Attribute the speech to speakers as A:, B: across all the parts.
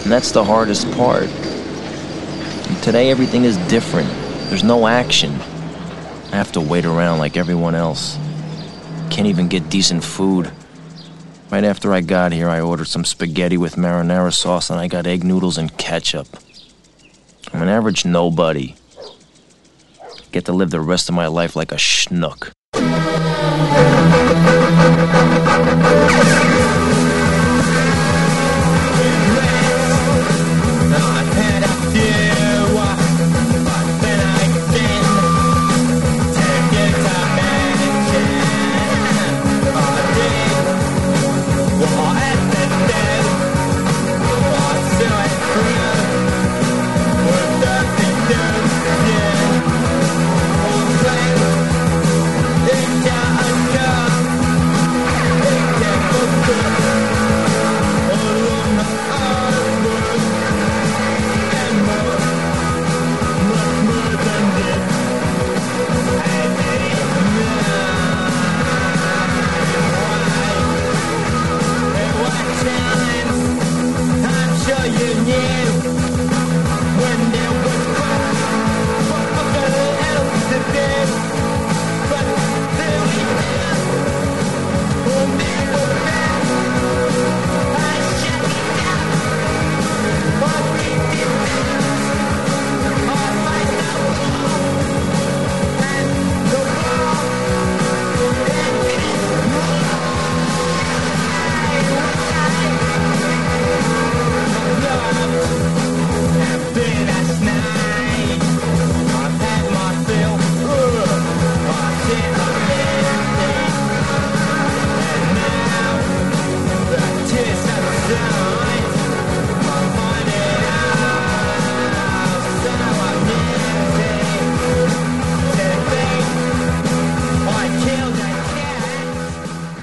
A: And that's the hardest part. And today, everything is different. There's no action. I have to wait around like everyone else. Can't even get decent food. Right after I got here, I ordered some spaghetti with marinara sauce and I got egg noodles and ketchup. I'm an average nobody. Get to live the rest of my life like a schnook.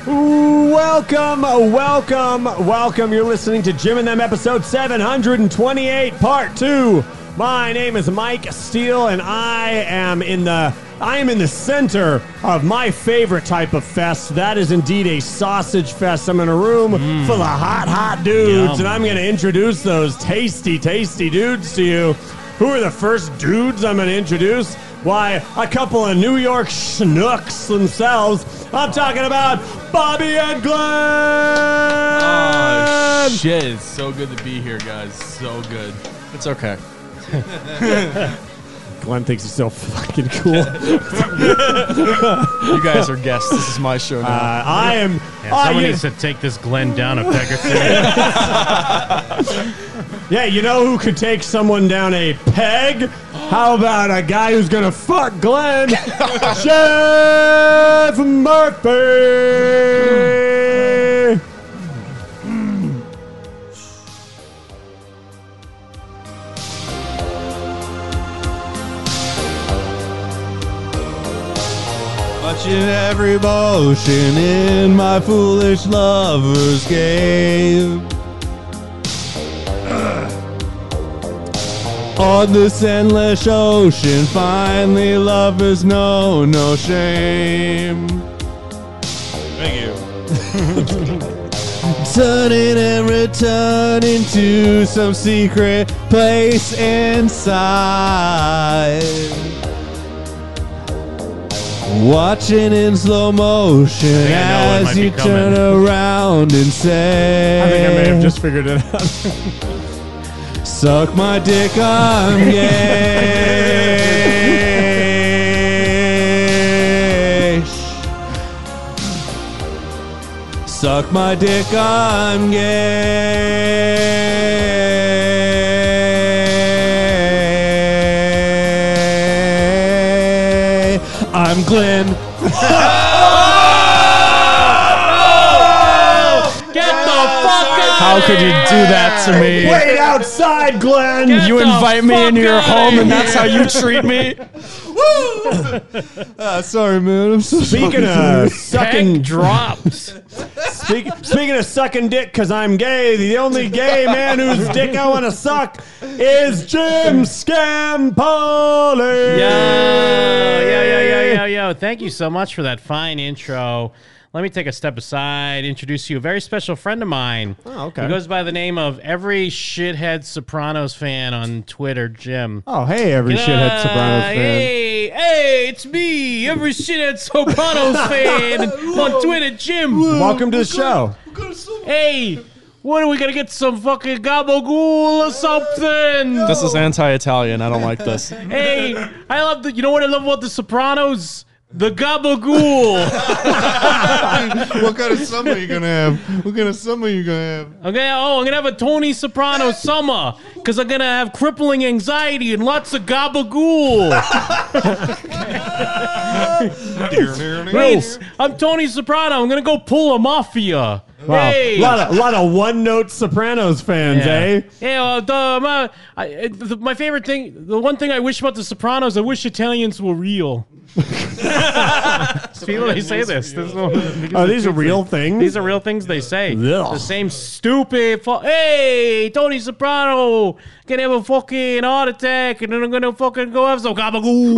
B: Welcome, welcome, welcome. You're listening to Jim and Them episode 728, part two. My name is Mike Steele, and I am in the I am in the center of my favorite type of fest. That is indeed a sausage fest. I'm in a room full of hot, hot dudes,
C: Yum.
B: and I'm going to introduce those tasty, tasty dudes to you. Who are the first dudes I'm going to introduce? Why, a couple of New York schnooks themselves. I'm talking about Bobby and Glenn.
C: Oh shit! It's so good to be here, guys. So good.
D: It's okay.
B: Glenn thinks he's so fucking cool.
D: You guys are guests. This is my show now.
B: Uh, I am.
E: Yeah,
B: I
E: someone
B: am-
E: needs to take this Glenn down a peg or two.
B: Yeah, you know who could take someone down a peg? How about a guy who's gonna fuck Glenn? Jeff Murphy!
C: Watching every motion in my foolish lover's game. On this endless ocean, finally lovers know no shame. Thank you. Ah. Turning and returning to some secret place inside. Watching in slow motion
E: think I know what might
C: as
E: be
C: you
E: coming.
C: turn around and say,
B: I think I may have just figured it out.
C: Suck my dick, I'm gay. Suck my dick, I'm gay. I'm Glenn.
D: Get the fuck out How could you do that to me?
B: Wait outside, Glenn!
D: you
E: the
D: invite me
E: fuck
D: into your
E: outta
D: home and that's how you treat me?
C: Ah, sorry, man. I'm so
B: Speaking of sucking,
E: Peg drops.
B: speak, speaking of sucking dick, cause I'm gay. The only gay man whose dick I want to suck is Jim Scampoli.
E: Yo, yo, yo, yo, yo, yo. Thank you so much for that fine intro. let me take a step aside, introduce you a very special friend of mine.
B: Oh, okay.
E: Who goes by the name of every shithead Sopranos fan on Twitter, Jim.
B: Oh, hey, every shithead Sopranos
E: Uh,
B: fan.
E: Hey, hey, it's me, every shithead Sopranos fan on Twitter, Jim.
B: Welcome to the show.
E: Hey, what are we gonna get some fucking gabagool or something?
C: This is anti-Italian. I don't like this.
E: Hey, I love the. You know what I love about the Sopranos? The gabagool.
F: what kind of summer are you gonna have? What kind of summer are you gonna have?
E: Okay. Oh, I'm gonna have a Tony Soprano summer because I'm gonna have crippling anxiety and lots of gabagool. Wait, I'm Tony Soprano. I'm gonna go pull a mafia.
B: Wow.
E: Hey.
B: A lot of, lot of one note Sopranos fans, eh?
E: Yeah, well, the, my, I, uh, the, my favorite thing, the one thing I wish about The Sopranos, I wish Italians were real. People, they say this. This is what-
B: Are Oh, these real things?
E: These are real things they say.
B: Yeah.
E: The same stupid. Fu- hey, Tony Soprano, gonna have a fucking heart attack, and then I'm gonna fucking go have some gabagool.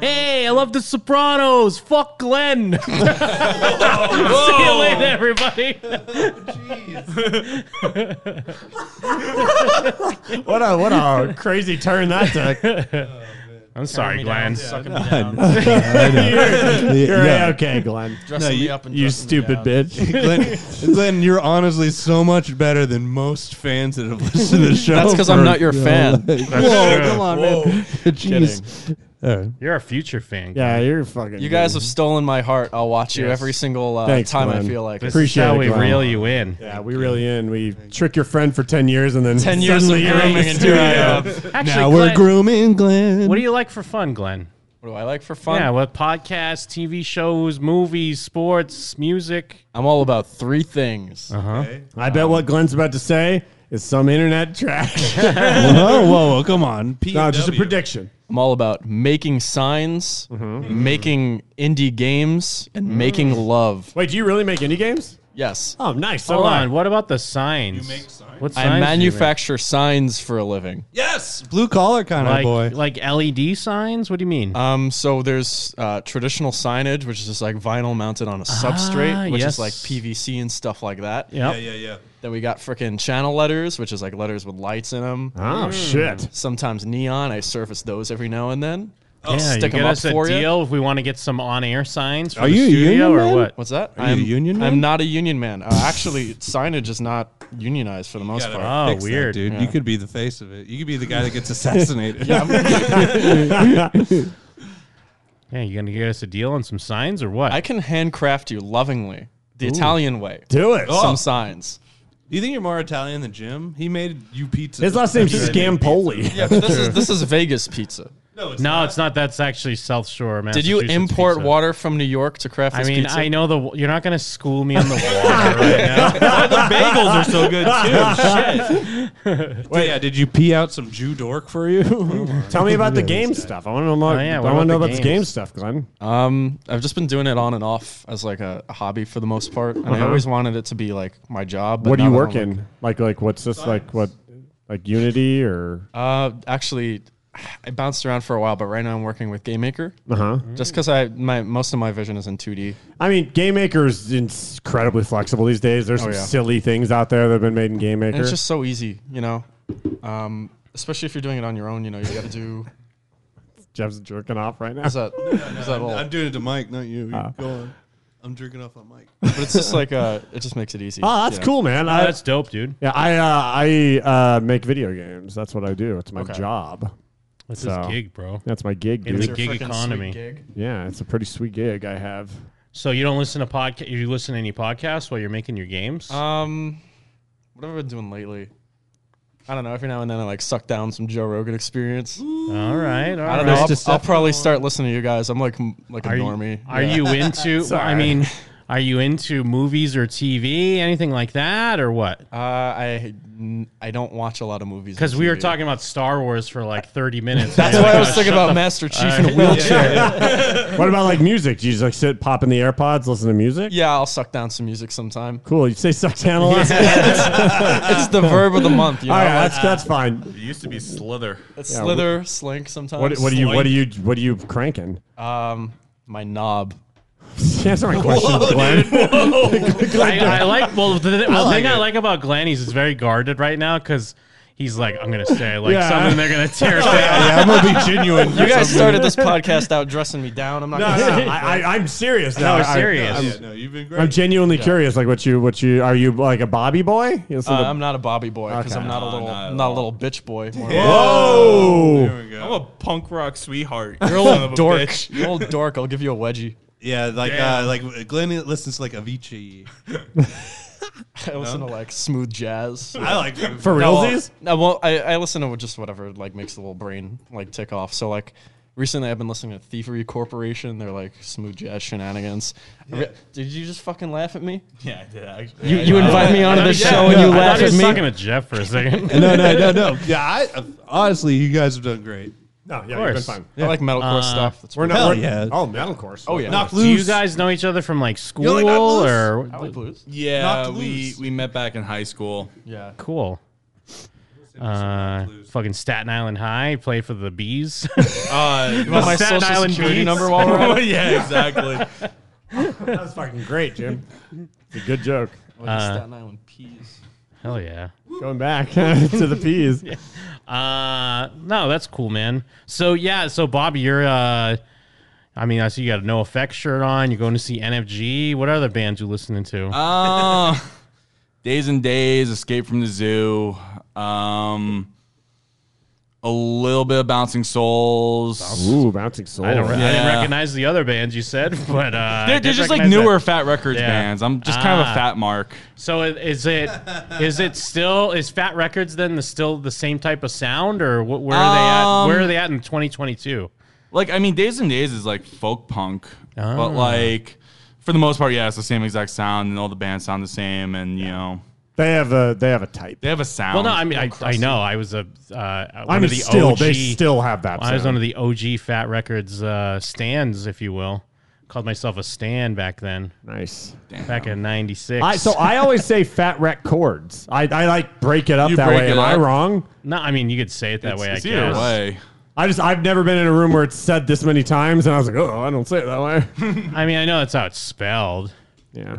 E: hey, I love The Sopranos. Fuck Glenn. See you later, everybody.
B: what a what a crazy turn that took.
E: I'm sorry, Glenn.
B: You're
F: yeah.
B: okay, Glenn.
D: Dressing me up and
B: You
D: dressing me
B: stupid
D: down.
B: bitch.
F: Glenn, Glenn, you're honestly so much better than most fans that have listened to the show.
C: That's because I'm not your fan.
E: That's true.
F: Come on, man.
B: Jeez. Uh,
E: You're a future fan.
B: yeah, you're fucking.
C: You guys
B: good.
C: have stolen my heart. I'll watch you
E: Yes.
C: every single uh,
B: Thanks,
C: time
B: Glenn.
C: I feel like
E: This
C: it.
B: Appreciate
E: is how
B: it,
E: we
B: Glenn.
E: reel you in.
B: Yeah, we really in. We trick your friend for ten years and then
C: Ten years of
B: suddenly you're in
C: grooming
B: the
C: and here
B: studio.
C: I am.
E: Actually,
F: Now we're
E: Glenn,
F: grooming Glenn.
E: what do you like for fun, Glenn?
C: What do I like for fun?
E: Yeah, what podcasts, TV shows, movies, sports, music?
C: I'm all about three things.
B: I bet what Glenn's about to say is some internet trash.
F: whoa, whoa, whoa, come on. P-
B: no, just a prediction.
C: I'm all about making signs, making indie games, and making love.
B: Wait, do you really make any games?
C: Yes.
B: Oh, nice. So
E: Hold
B: do I.
E: on. What about the signs?
D: make signs?
E: What signs
C: I
E: do you make?
C: manufacture signs for a living.
D: Yes.
F: Blue collar kind of
E: like,
F: boy.
E: like LED signs? What do you mean?
C: Um, so there's uh, traditional signage, which is just like vinyl mounted on a substrate, which
E: yes.
C: is like PVC and stuff like that.
D: Yeah, yeah, yeah.
C: Then we got freaking channel letters, which is like letters with lights in them.
B: Oh shit.
C: Sometimes neon. I surface those every now and then.
E: Oh. yeah, you
C: stick 'em
E: get
C: up
E: us a
C: for ya?
E: deal if we want to get some on-air signs for
F: Are
E: the
F: you a
E: studio
F: union
E: or
F: man?
E: what?
C: What's that?
F: you a union man?
C: I'm not a union man. Uh, actually, signage is not unionized for the most
D: gotta-
C: part.
E: Oh,
F: Fix that,
E: weird. Oh,
F: dude. You could be the face of it. You could be the guy that gets assassinated.
E: Yeah, you gonna get us a deal on some signs or what?
C: I can handcraft you lovingly, the Italian way.
B: Do it.
C: Some signs.
F: Do you think you're more Italian than Jim? He made you pizza.
B: His last name's Scampoli.
C: Yeah, but this is this is Vegas pizza.
D: No, it's
E: no, Oh, it's not. That's actually South Shore, man.
C: Did you import
E: pizza.
C: water from New York to craft
E: I
C: this
E: mean,
C: pizza?
E: I know the. You're not gonna school me on the water right now.
D: bagels are so good too. Shit.
F: Wait, yeah, did you pee out some Jew dork for you?
B: Tell me about the game stuff. I want to know about.
E: Oh, yeah,
B: I
E: what
B: want to
E: about
B: know
E: the
B: about this
E: games?
B: game stuff, Glenn.
C: Um, I've just been doing it on and off as like a, a hobby for the most part, and I always wanted it to be like my job. but
B: Uh-huh. what do
C: now
B: you
C: that
B: work
C: I'm,
B: in? Like, like what's this? Like what? Like Unity or?
C: Uh, actually, I bounced around for a while, but right now I'm working with Game Maker. Uh
B: Uh-huh.
C: huh. Just because I my most of my vision is in 2D.
B: I mean, Game Maker is incredibly flexible these days.
E: Oh,
B: There's some
C: yeah.
B: silly things out there that have been made in Game
C: And
B: Maker.
C: it's just so easy, you know. Um, especially if you're doing it on your own, you know, you got to do.
B: Jeff's jerking off right now.
C: Is that? is that all?
F: I'm doing it to Mike, not you. You Go on. I'm drinking off on Mike.
C: But it's just like uh, it just makes it easy.
B: Oh, that's
C: you know?
B: cool, man.
E: Oh,
B: I,
E: that's dope, dude.
B: yeah, I uh, I uh, make video games. That's what I do. It's my job.
E: What's
B: So-
E: his gig, bro?
B: That's my gig,
E: In
B: dude.
E: the
C: Your
E: gig
C: freaking sweet
E: economy.
C: gig.
B: yeah, it's a pretty sweet gig I have.
E: So you don't listen to podcast? You listen to any podcasts while you're making your games?
C: Um, what have I been doing lately? I don't know. Every now and then I like suck down some Joe Rogan experience.
E: all right, all
C: I don't know.
E: right.
C: I'll, I'll probably start listening to you guys. I'm like m- like a
E: Are you,
C: normie.
E: are you into? well, I mean, are you into movies or TV, anything like that, or what?
C: Uh, I n- I don't watch a lot of movies on
E: Because we were
C: TV.
E: talking about Star Wars for like 30 minutes.
C: That's
E: and
C: why I
E: like,
C: was
E: uh,
C: thinking about Master Chief in a wheelchair. Yeah,
B: What about like music? Do you just like sit, pop in the AirPods, listen to music?
C: I'll suck down some music sometime.
B: Cool. You say suck down a lot.
C: It's the verb of the month. You know,
B: All right,
C: like,
B: that's that's fine.
D: It used to be Slither.
C: it's slither, slink sometimes.
B: What, what do you what do you what are you cranking?
C: Um, my knob.
B: Answer my question, Glenn.
E: I, I like well the, the thing I like about Glenn is he's very guarded right now because he's like I'm gonna say like
B: Yeah.
E: something they're gonna tear it down.
F: yeah, I'm gonna be genuine.
C: You guys started this podcast out dressing me down. I'm not
B: No,
C: gonna
B: no,
C: say
B: no, I, I, I'm serious.
E: No,
B: Now.
E: we're
B: I-
E: serious.
F: Yeah, no, you've been great.
B: I'm genuinely curious. Like, what you, what you, are you like a Bobby boy? You know, so
C: Uh,
B: the-
C: I'm not a Bobby boy because
B: Okay.
C: I'm not a
D: No,
C: little
D: not
C: not,
D: at
C: a little bitch boy. More
B: Whoa!
F: There we go.
D: I'm a punk rock sweetheart.
C: You're a
D: son of
C: little
D: a
C: dork.
D: bitch.
C: You're a little dork. I'll give you a wedgie.
F: yeah, like uh,
D: Damn.
F: like Glenn listens to like Avicii.
C: I listen to like smooth jazz.
F: I like
B: For
C: No, well,
B: realsies?
C: No, well, I, I listen to just whatever like makes the little brain like tick off. So like recently, I've been listening to Thievery Corporation. They're like smooth jazz shenanigans. I re- Did you just fucking laugh at me?
D: Yeah, I did actually.
C: You, you invite me onto this show and you
E: I
C: laugh
E: thought he
C: at
E: was talking
C: me.
E: to Jeff for a second.
F: no, no, no, no. Yeah, I, honestly, you guys have done great.
B: No, yeah, you've
E: course.
B: been fine.
C: I like metalcore
E: Uh,
C: stuff. That's
B: We're
C: weird.
B: not.
F: Hell
B: we're-
F: yeah.
B: Oh, metal course.
C: Oh yeah.
F: Knock
E: Do
F: loose.
E: you guys know each other from like school
F: like, I'm loose.
E: or
C: I like blues.
D: Yeah,
F: Knocked
D: we,
F: loose.
D: we met back in high school.
C: Yeah.
E: cool? Uh, fucking Staten Island High. Played for the Bees.
D: Uh,
C: You want my
E: Staten
C: social
E: Island
C: security
E: Beats.
C: number while we're at it?
D: yeah, exactly.
B: that was fucking great, Jim. It's a good joke.
D: uh,
C: Staten Island peas.
E: Hell yeah.
B: Going back to the peas.
E: Uh, no, that's cool, man. So yeah, so Bob, you're uh, I mean, I see you got a No Effect shirt on. You're going to see NFG. What other bands you listening to?
D: Uh, days and days, escape from the zoo. Um, a little bit of bouncing souls.
B: Ooh, bouncing soul.
E: I don't. I didn't
D: yeah.
E: recognize the other bands you said, but uh, I
D: They're,
E: did
D: they're just like
E: recognize that.
D: newer Fat Records
E: Yeah.
D: bands. I'm just kind of
E: Ah.
D: a fat mark.
E: So i- is it is it still is Fat Records then the, still the same type of sound or wh- where are
D: Um,
E: they at? Where are they at in 2022?
D: Like, I mean, Days and Days is like folk punk,
E: Ah.
D: but like for the most part, yeah, it's the same exact sound, and all the bands sound the same, and you know
B: They have a they have a type.
D: they have a sound.
E: Well, no, I mean I, I know I was a uh, one
B: I mean,
E: of the
B: still
E: OG.
B: they still have that.
E: I was
B: sound.
E: one of the OG Fat Records uh, stands, if you will. Called myself a stand back then,
B: nice.
E: back in '96.
B: I, so I always say fat wreck chords. I, I like break it up
D: You
B: that
D: break
B: way.
D: it
B: Am I
D: up.
B: wrong?
E: no, I mean you could say it that way.
D: It's
E: I
D: either
E: guess.
D: way.
B: I just I've never been in a room where it's said this many times, and I was like, oh, I don't say it that way.
E: I mean I know that's how it's spelled.
B: yeah.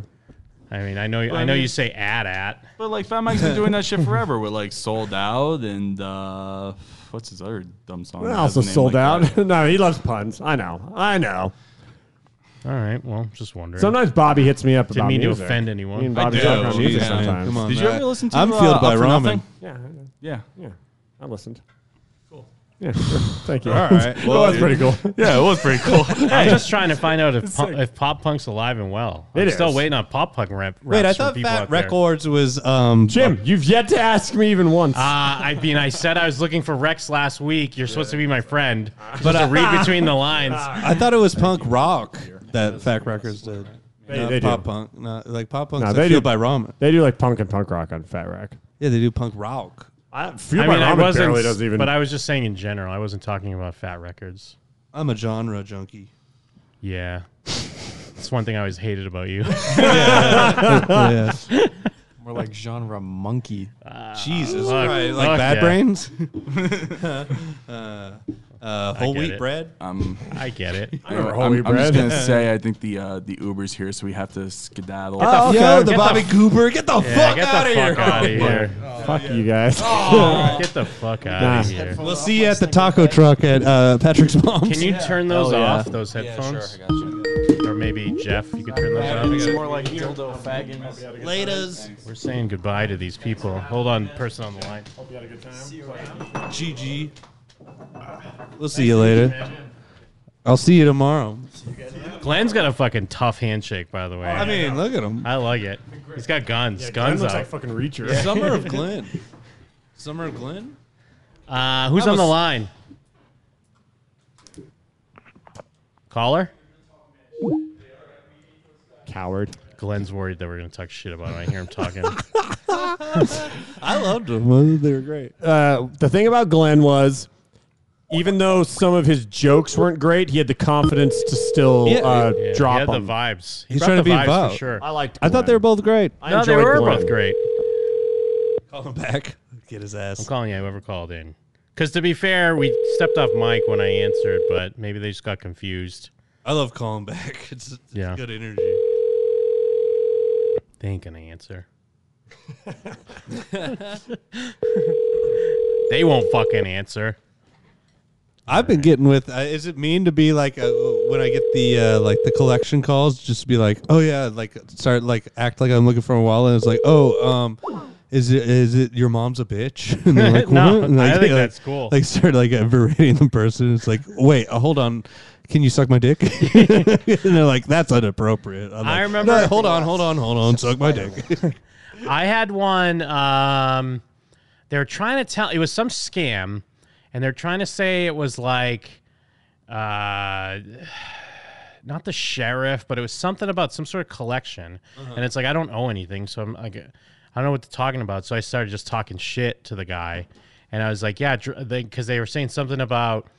E: I mean I know I
D: I
E: know
D: mean-
E: you say at at.
D: But like Fat Mike's been doing that shit forever with like Sold Out and uh what's his other dumb song? that
B: I
D: has
B: also
D: a name
B: sold
D: like that?
B: out. no, he loves puns. I know. I know.
E: All right, well just wondering.
B: Sometimes Bobby hits me up
E: Didn't
B: about
E: mean to
B: music.
E: offend anyone.
B: Me and Bobby
D: do.
B: talk about
D: Jeez,
B: music
D: man.
B: sometimes.
F: Come on,
D: Did you ever listen to,
F: I'm
D: uh,
F: filled by
D: Up for
F: ramen.
D: Nothing?
B: Yeah, I know.
D: Yeah.
B: yeah. I listened. Cool. Yeah, sure. Thank you.
F: All right.
B: Well, that's pretty cool.
D: Yeah, it was pretty cool.
E: I'm just trying to find out if pop, if pop punk's alive and well. I'm
B: It
E: still
B: is.
E: waiting on pop punk rap.
F: Wait,
E: raps
F: I
E: from
F: thought
E: people
F: Fat
E: out there.
F: Records was um
B: Jim, you've yet to ask me even once.
E: Uh, I mean, I said I was looking for Rex last week. You're supposed to be my friend, but to read between the lines.
F: I thought it was punk rock that Fat Records did.
B: They-
F: Not
B: they do.
F: pop punk, not, like pop punk's
B: No,
F: like
B: they
F: fueled
B: do.
F: by ramen.
B: they do like punk and punk rock on Fat Rack.
F: Yeah, they do punk rock.
B: I,
E: I
B: Fueled
E: mean,
B: by
E: I
B: Ramen
E: wasn't,
B: barely doesn't even.
E: but I was just saying in general. I wasn't talking about Fat Records.
F: I'm a genre junkie.
E: Yeah, that's one thing I always hated about you.
F: yeah.
C: More like genre monkey.
F: Jesus
E: Fuck.
F: Christ, like
E: Fuck
F: bad
E: yeah.
F: brains. uh, uh, whole
E: get
F: wheat
E: it.
F: bread.
D: um,
E: I get it.
B: remember
D: I'm,
B: Holy
D: I'm just
B: Bread.
D: gonna say I think the uh, the Uber's here, so we have to skedaddle.
B: Oh, okay.
F: Yo, the
B: Get
F: Bobby Cooper, get the
E: Yeah,
F: fuck
E: get
F: out
E: the
F: of here.
E: fuck out of here.
B: Fuck you guys.
E: Get the fuck out of
B: Nah.
E: here.
F: We'll see you at the taco truck at uh, Patrick's mom's.
E: Can you turn those
C: Hell yeah.
E: off? Those headphones, or maybe Jeff, you could turn those off.
C: It's more like dildo faggots.
F: Laters.
E: We're saying goodbye to these people. Hold on, person on the line.
F: GG. We'll see you later. I'll see you tomorrow.
E: Glenn's got a fucking tough handshake, by the way.
F: I mean, look at him.
E: I like it. He's got guns. guns
B: looks like
E: out.
B: fucking Reacher.
F: Summer of Glenn. Summer of Glenn?
E: Uh, who's
F: That
E: on the
F: was-
E: line? Caller?
B: Coward.
E: Glenn's worried that we're going to talk shit about him. I hear him talking.
F: I loved them. They were great.
B: Uh, the thing about Glenn was, even though some of his jokes weren't great, he had the confidence to still
F: Yeah.
B: uh,
E: Yeah,
B: drop
E: he had
B: 'em.
E: the vibes. He
F: He's
E: brought
F: trying to
E: the
F: be
E: vibes
F: Vogue.
E: for sure.
B: I liked.
F: I thought they were both great.
B: I
E: no, they
B: enjoyed
E: were
B: Glenn.
E: both great.
F: Call him back. Get his
E: I'm
F: ass.
E: calling you whoever called in. Because to be fair, we stepped off mic when I answered, but maybe they just got confused.
F: I love calling back. It's, it's
E: Yeah.
F: good energy.
E: They ain't gonna answer. they won't fucking answer.
F: I've been getting with. Uh, is it mean to be like uh, when I get the uh, like the collection calls, just be like, oh yeah, like start like act like I'm looking for a wallet. And it's like, oh, um, is it is it your mom's a bitch? And they're like,
E: No,
F: what? And,
E: I
F: like,
E: think
F: like-
E: that's cool.
F: Like start like uh, berating the person. It's like, wait, uh, hold on. Can you suck my dick? and they're like, that's inappropriate. I'm
E: I
F: like,
E: remember-
F: "No, hold on, hold on, hold on. Suck my dick.
E: I had one. Um, they were trying to tell it was some scam, and they're trying to say it was like, uh, not the sheriff, but it was something about some sort of collection.
B: Uh-huh.
E: And it's like I don't owe anything, so I'm like, I don't know what they're talking about. So I started just talking shit to the guy, and I was like, yeah, because they, 'cause they were saying something about.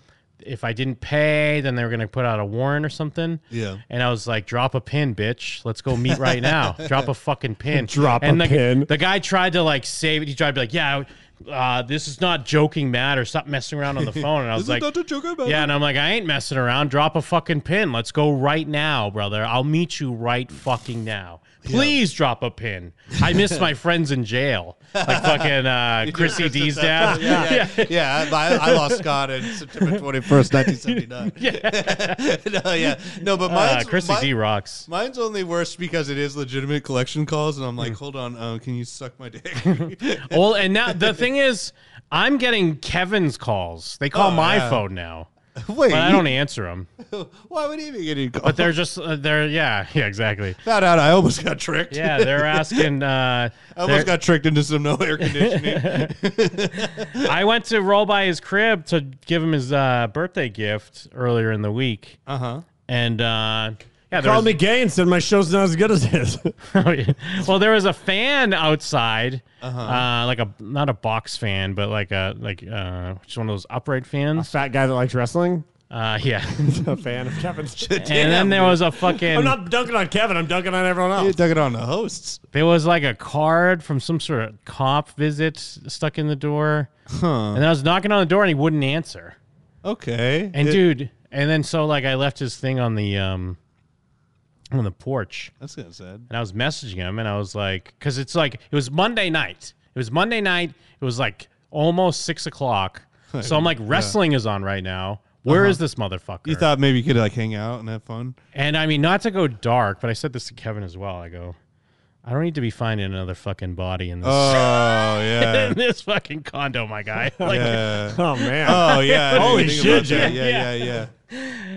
E: If I didn't pay, then they were gonna put out a warrant or something.
F: Yeah.
E: And I was like, "Drop a pin, bitch. Let's go meet right now. Drop a fucking pin.
B: Drop
E: and
B: a
E: the,
B: pin.
E: The guy tried to like save it. He tried to be like, "Yeah, uh, this is not joking matter. Stop messing around on the phone." And I was
F: This is
E: like,
F: not a joking matter.
E: "Yeah," and I'm like, "I ain't messing around. Drop a fucking pin. Let's go right now, brother. I'll meet you right fucking now." Please drop a pin. I miss my friends in jail, like fucking uh, Chrissy D's dad.
F: yeah, yeah. yeah I, I lost Scott in September 21st, 1979. Yeah. no, yeah. No, but
E: Uh,
F: mine's,
E: Chrissy
F: mine-
E: D rocks.
F: mine's only worse because it is legitimate collection calls, and I'm
E: Hmm.
F: like, hold on, uh, can you suck my dick?
E: Well, and now the thing is, I'm getting Kevin's calls. They call
F: Oh,
E: my
F: yeah.
E: phone now,
F: Wait,
E: but I don't answer them.
F: why would he be getting calls?
E: But they're just uh, they're yeah yeah exactly
F: Found out I almost got tricked.
E: yeah they're asking. Uh,
F: I almost
E: they're-
F: got tricked into some no air conditioning.
E: I went to roll by his crib to give him his uh, birthday gift earlier in the week,
F: uh huh.
E: and uh, yeah, there
B: Called Uh-huh. me
E: was, Oh,
B: gay and said my show's not as good as his.
E: well there was a fan outside,
B: Uh-huh.
E: uh like a not a box fan, but like a like uh, just one of those upright fans.
B: Fat guy that likes wrestling.
E: Uh, yeah,
B: A fan of Kevin's.
E: and then there was a fucking
B: I'm not dunking on Kevin. I'm dunking on everyone
F: You
B: else.
F: dug it on the hosts.
E: There was like a card from some sort of cop visit stuck in the door. And I was knocking on the door and he wouldn't answer.
F: Okay.
E: And
F: It-
E: dude, and then so like I left his thing on the um on the porch
F: That's kind of sad.
E: and I was messaging him and I was like, because it's like it was Monday night. It was Monday night. It was like almost six o'clock. So I'm like, wrestling is on right now. Where is this motherfucker?
F: Uh-huh. You thought maybe you could like hang out and have fun?
E: And I mean, not to go dark, but I said this to Kevin as well. I go, I don't need to be finding another fucking body in this.
F: Oh, yeah.
E: in this fucking condo, my guy. Like,
F: yeah.
B: Oh man.
F: Oh yeah!
B: Holy shit,
F: Yeah,
B: Jack.
F: yeah, yeah,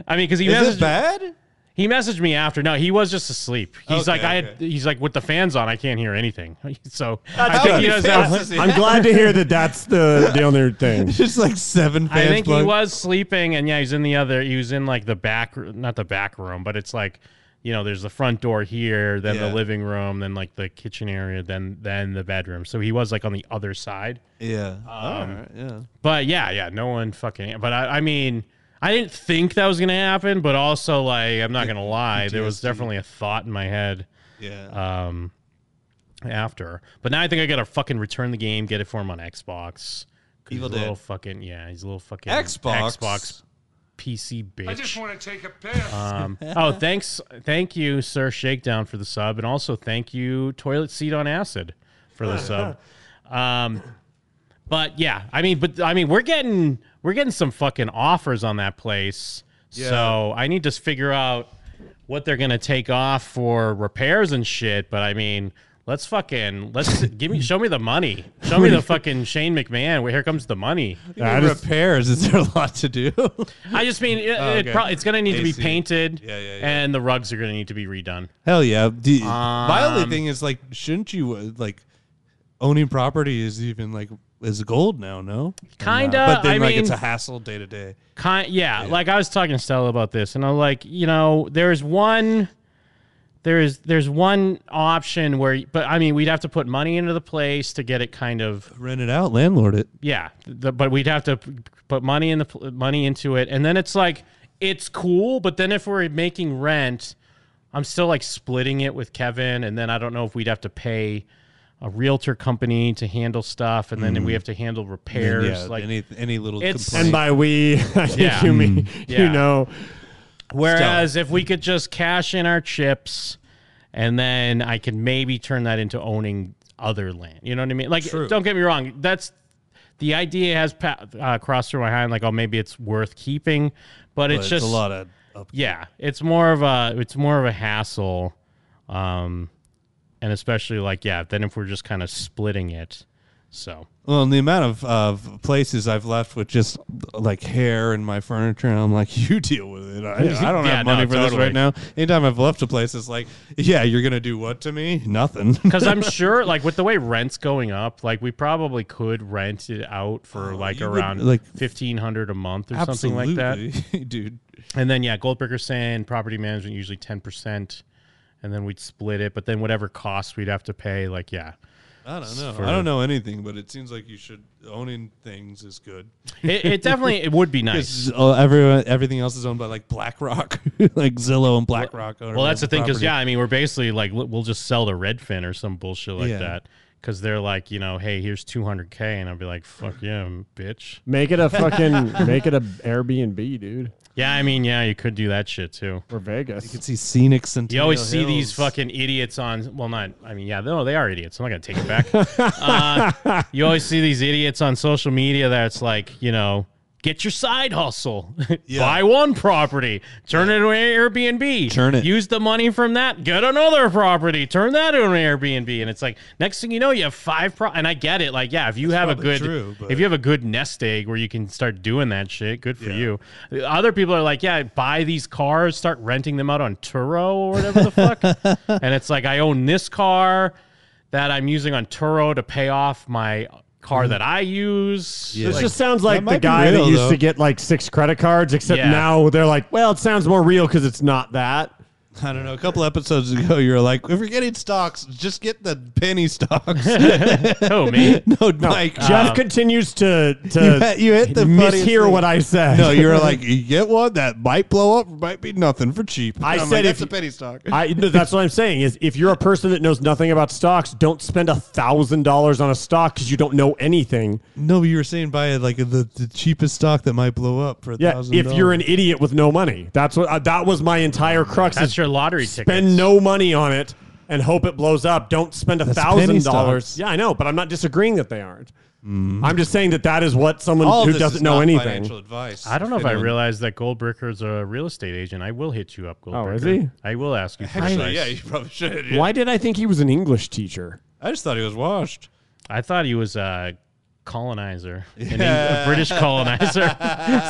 E: I mean, because he
F: yeah. Is
E: messaged
F: it bad?
E: he messaged me after. No, he was just asleep. He's
F: Okay,
E: like, I had,
F: okay.
E: he's like, with the fans on, I can't hear anything. So I
F: How
E: think
F: many
E: he was.
F: fans
E: out-
F: does he
B: I'm
F: have?
B: glad to hear that that's the the only thing.
F: Just like seven
E: I
F: fans.
E: think he
F: plugged.
E: was sleeping, and yeah, he's in the other. He was in like the back, not the back room, but it's like. You know, there's the front door here, then
F: Yeah.
E: the living room, then like the kitchen area, then then the bedroom. So he was like on the other side.
F: Yeah.
E: Um,
F: All right. Yeah.
E: But yeah, yeah, no one fucking. But I, I mean, I didn't think that was gonna happen, but also like, I'm not gonna lie, there was
F: PTSD.
E: definitely a thought in my head
F: Yeah.
E: um, after. But now I think I gotta fucking return the game, get it for him on Xbox. 'Cause
F: Evil
E: he's a little
F: Dead.
E: fucking yeah, he's a little fucking
F: Xbox.
E: Xbox PC bitch.
G: I just want to take a piss.
E: Um, oh, thanks, thank you, Sir Shakedown, for the sub, and also thank you, Toilet Seat on Acid, for the sub. Um, but yeah, I mean, but I mean, we're getting we're getting some fucking offers on that place, so I need to figure out what they're gonna take off for repairs and shit. But I mean. Let's fucking let's give me show me the money. Show me the fucking Shane McMahon. Well, here comes the money.
B: I just-
F: repairs. Is there a lot to do?
E: I just mean it,
F: Oh,
E: it
F: okay.
E: pro- it's gonna need to be
F: AC.
E: painted,
F: Yeah, yeah, yeah.
E: and the rugs are gonna need to be redone.
F: Hell yeah. D- my only
E: Um,
F: thing is like, shouldn't you uh, like owning property is even like is gold now? No.
E: Kinda.
B: Uh,
F: But then
E: I
F: like it's
E: mean-
F: a hassle day to day.
E: Kind, yeah, Like I was talking to Stella about this, and I'm like, you know, there's one, there's there's one option where, but I mean, we'd have to put money into the place to get it kind of,
F: Rent it out, landlord it.
E: yeah. The, but we'd have to p- put money in the pl- money into it, and then it's like it's cool, but then if we're making rent, I'm still like splitting it with Kevin, and then I don't know if we'd have to pay. A realtor company to handle stuff, and then we have to handle repairs.
F: yeah.
E: like
F: any any little
E: It's-
F: complaint.
B: And by we, I think
E: Yeah.
B: you mean you
E: Yeah.
B: know.
E: Whereas if we could just cash in our chips, and then I could maybe turn that into owning other land. You know what I mean? Like, don't get me wrong. That's the idea has pa- uh, crossed through my mind. Like, oh, maybe it's worth keeping, but it's
F: But
E: just
F: a lot of up-
E: yeah it's more of a it's more of a hassle um and especially like yeah then if we're just kind of splitting it so
F: well, and the amount of, of places I've left with just like hair and my furniture, and I'm like, you deal with it. I, I don't
E: Yeah,
F: have
E: no,
F: money for this
E: totally.
F: right now. Anytime I've left a place, it's like, yeah, you're gonna do what to me? Nothing.
E: because i'm sure like with the way rent's going up like we probably could rent it out for like
F: Oh, you would,
E: around
F: like-
E: 1500 a month or something like that
F: Absolutely. dude.
E: and then yeah goldberger's saying property management usually 10% and then we'd split it but then whatever costs we'd have to pay like yeah
F: I don't know.
E: For-
F: I don't know anything, but it seems like you should owning things is good.
E: it, it definitely it would be nice
F: Because all- uh, everyone, everything else is owned by like BlackRock, like Zillow and BlackRock.
E: Well, that's the thing because yeah, I mean, we're basically like we'll we'll just sell to Redfin or some bullshit like
F: Yeah.
E: that because they're like, you know, hey, here's 200k, and I'll be like, fuck yeah, m- bitch.
B: Make it a fucking make it a Airbnb, dude,
E: Yeah, I mean, yeah, you could do that shit too.
B: or Vegas.
F: you can see scenic Centennial
E: You always see these
F: Hills.
E: fucking idiots on. Well, not. I mean, yeah, no, they are idiots. I'm not gonna take it back. uh, you always see these idiots on social media that's like, you know, get your side hustle, buy one property, turn it into an Airbnb,
F: Turn it.
E: use the money from that, get another property, turn that into an Airbnb, and it's like next thing you know, you have five pro. And I get it, like, yeah, if you have a
F: probably
E: good,
F: true, but-
E: if you have a good nest egg where you can start doing that shit, good for you. Other people are like, yeah, buy these cars, start renting them out on Turo or whatever the fuck. And it's like, I own this car that I'm using on Turo to pay off my car that I use.
F: Yeah.
B: This
F: Like,
B: just sounds like
F: might
B: the
F: be
B: guy
F: real,
B: that used
F: though.
B: to get like six credit cards, except
E: Yeah.
B: now they're like, well, it sounds more real because it's not that.
F: I don't know. A couple episodes ago, you were like, if you're getting stocks, just get the penny stocks. no,
E: Oh, man.
F: Mike.
B: Jeff continues to to
F: You hit- you hit uh, the funniest
B: mishear
F: thing.
B: what I said.
F: no, you were like, you get one that might blow up, might be nothing for cheap.
B: I
F: I'm like,
B: said
F: that's
B: if
F: a penny stock.
B: I, no, that's what I'm saying is if you're a person that knows nothing about stocks, don't spend a thousand dollars on a stock because you don't know anything.
F: no, you were saying buy like the, the cheapest stock that might blow up for a
B: Yeah,
F: thousand.
B: if you're an idiot with no money, that's what uh, that was my entire crux.
E: That's
B: is
E: your lottery
B: spend
E: tickets.
B: no money on it and hope it blows up. Don't spend a
F: That's penny
B: thousand dollars.
F: stocks.
B: Yeah, I know, but I'm not disagreeing that they aren't.
E: Mm-hmm.
B: I'm just saying that that is what someone who doesn't know anything.
F: advice.
E: I don't know if I realized that Goldbricker's a real estate agent. I will hit you up, Goldbricker.
B: is he?
E: I will ask you for advice.
F: Actually, yeah, you probably should. yeah.
B: Why did I think he was an English teacher?
F: I just thought he was washed.
E: I thought he was a colonizer, an Eng- a British colonizer,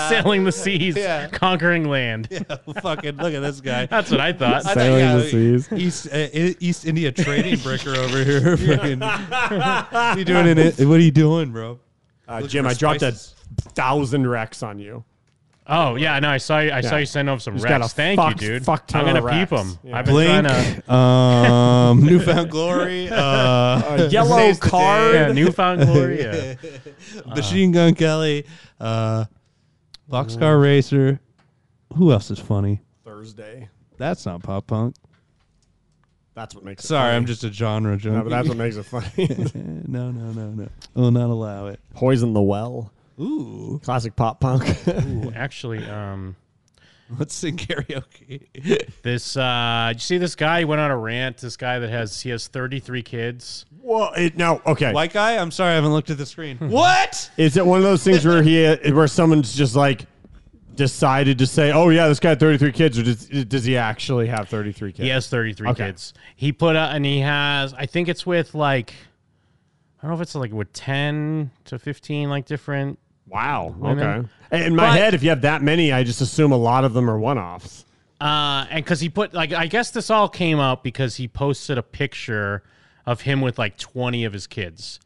E: sailing the seas,
F: Yeah.
E: conquering land.
F: Fucking look at this guy.
E: That's what I thought.
F: I
B: Sailing
F: yeah,
B: the seas.
F: East, uh, I- East India trading bricker over here. Fucking, what are you doing in it? What are you doing, bro?
B: Uh,
F: Looking
B: Jim,
F: for
B: I dropped
F: spices.
B: a thousand recs on you.
E: oh yeah, no, I saw you. I saw
B: Yeah.
E: you send over some
B: He's got
E: racks.
B: a
E: Thank
B: fuck-
E: you, dude.
B: fuck ton
E: I'm gonna
B: of
E: peep
B: racks.
E: them.
B: Yeah.
E: I've been
F: Blink,
E: trying to.
F: um, newfound glory, uh,
B: Yellow
F: Today's the day.
B: card.
E: Yeah, newfound glory. yeah.
F: machine gun Kelly, uh, boxcar racer. Who else is funny?
B: Thursday.
F: That's not pop punk.
B: That's what makes.
F: Sorry,
B: it
F: I'm
B: funny.
F: just a genre
B: No,
F: junkie. Eh,
B: but that's what makes it funny.
F: no, no, no, no. I will not allow it.
B: Poison the well.
F: Ooh,
B: Classic pop punk.
E: Ooh, Actually, um,
F: let's sing karaoke.
E: this uh, did you see this guy He went on a rant. This guy that has he has 33 kids.
B: well, it, no, okay.
F: White guy? I'm sorry, I haven't looked at the screen. what?
B: Is it one of those things where he uh, where someone's just like decided to say, "Oh yeah, this guy had 33 kids," or does, uh, does he actually have 33 kids?
E: He has 33
B: Okay.
E: kids. He put out, and he has, I think it's with like, I don't know if it's like with 10 to 15, like different.
B: Wow.
E: Women.
B: Okay. In my
E: But-
B: head, if you have that many, I just assume a lot of them are one-offs.
E: Uh, and because he put, like, I guess this all came out because he posted a picture of him with like 20 of his kids.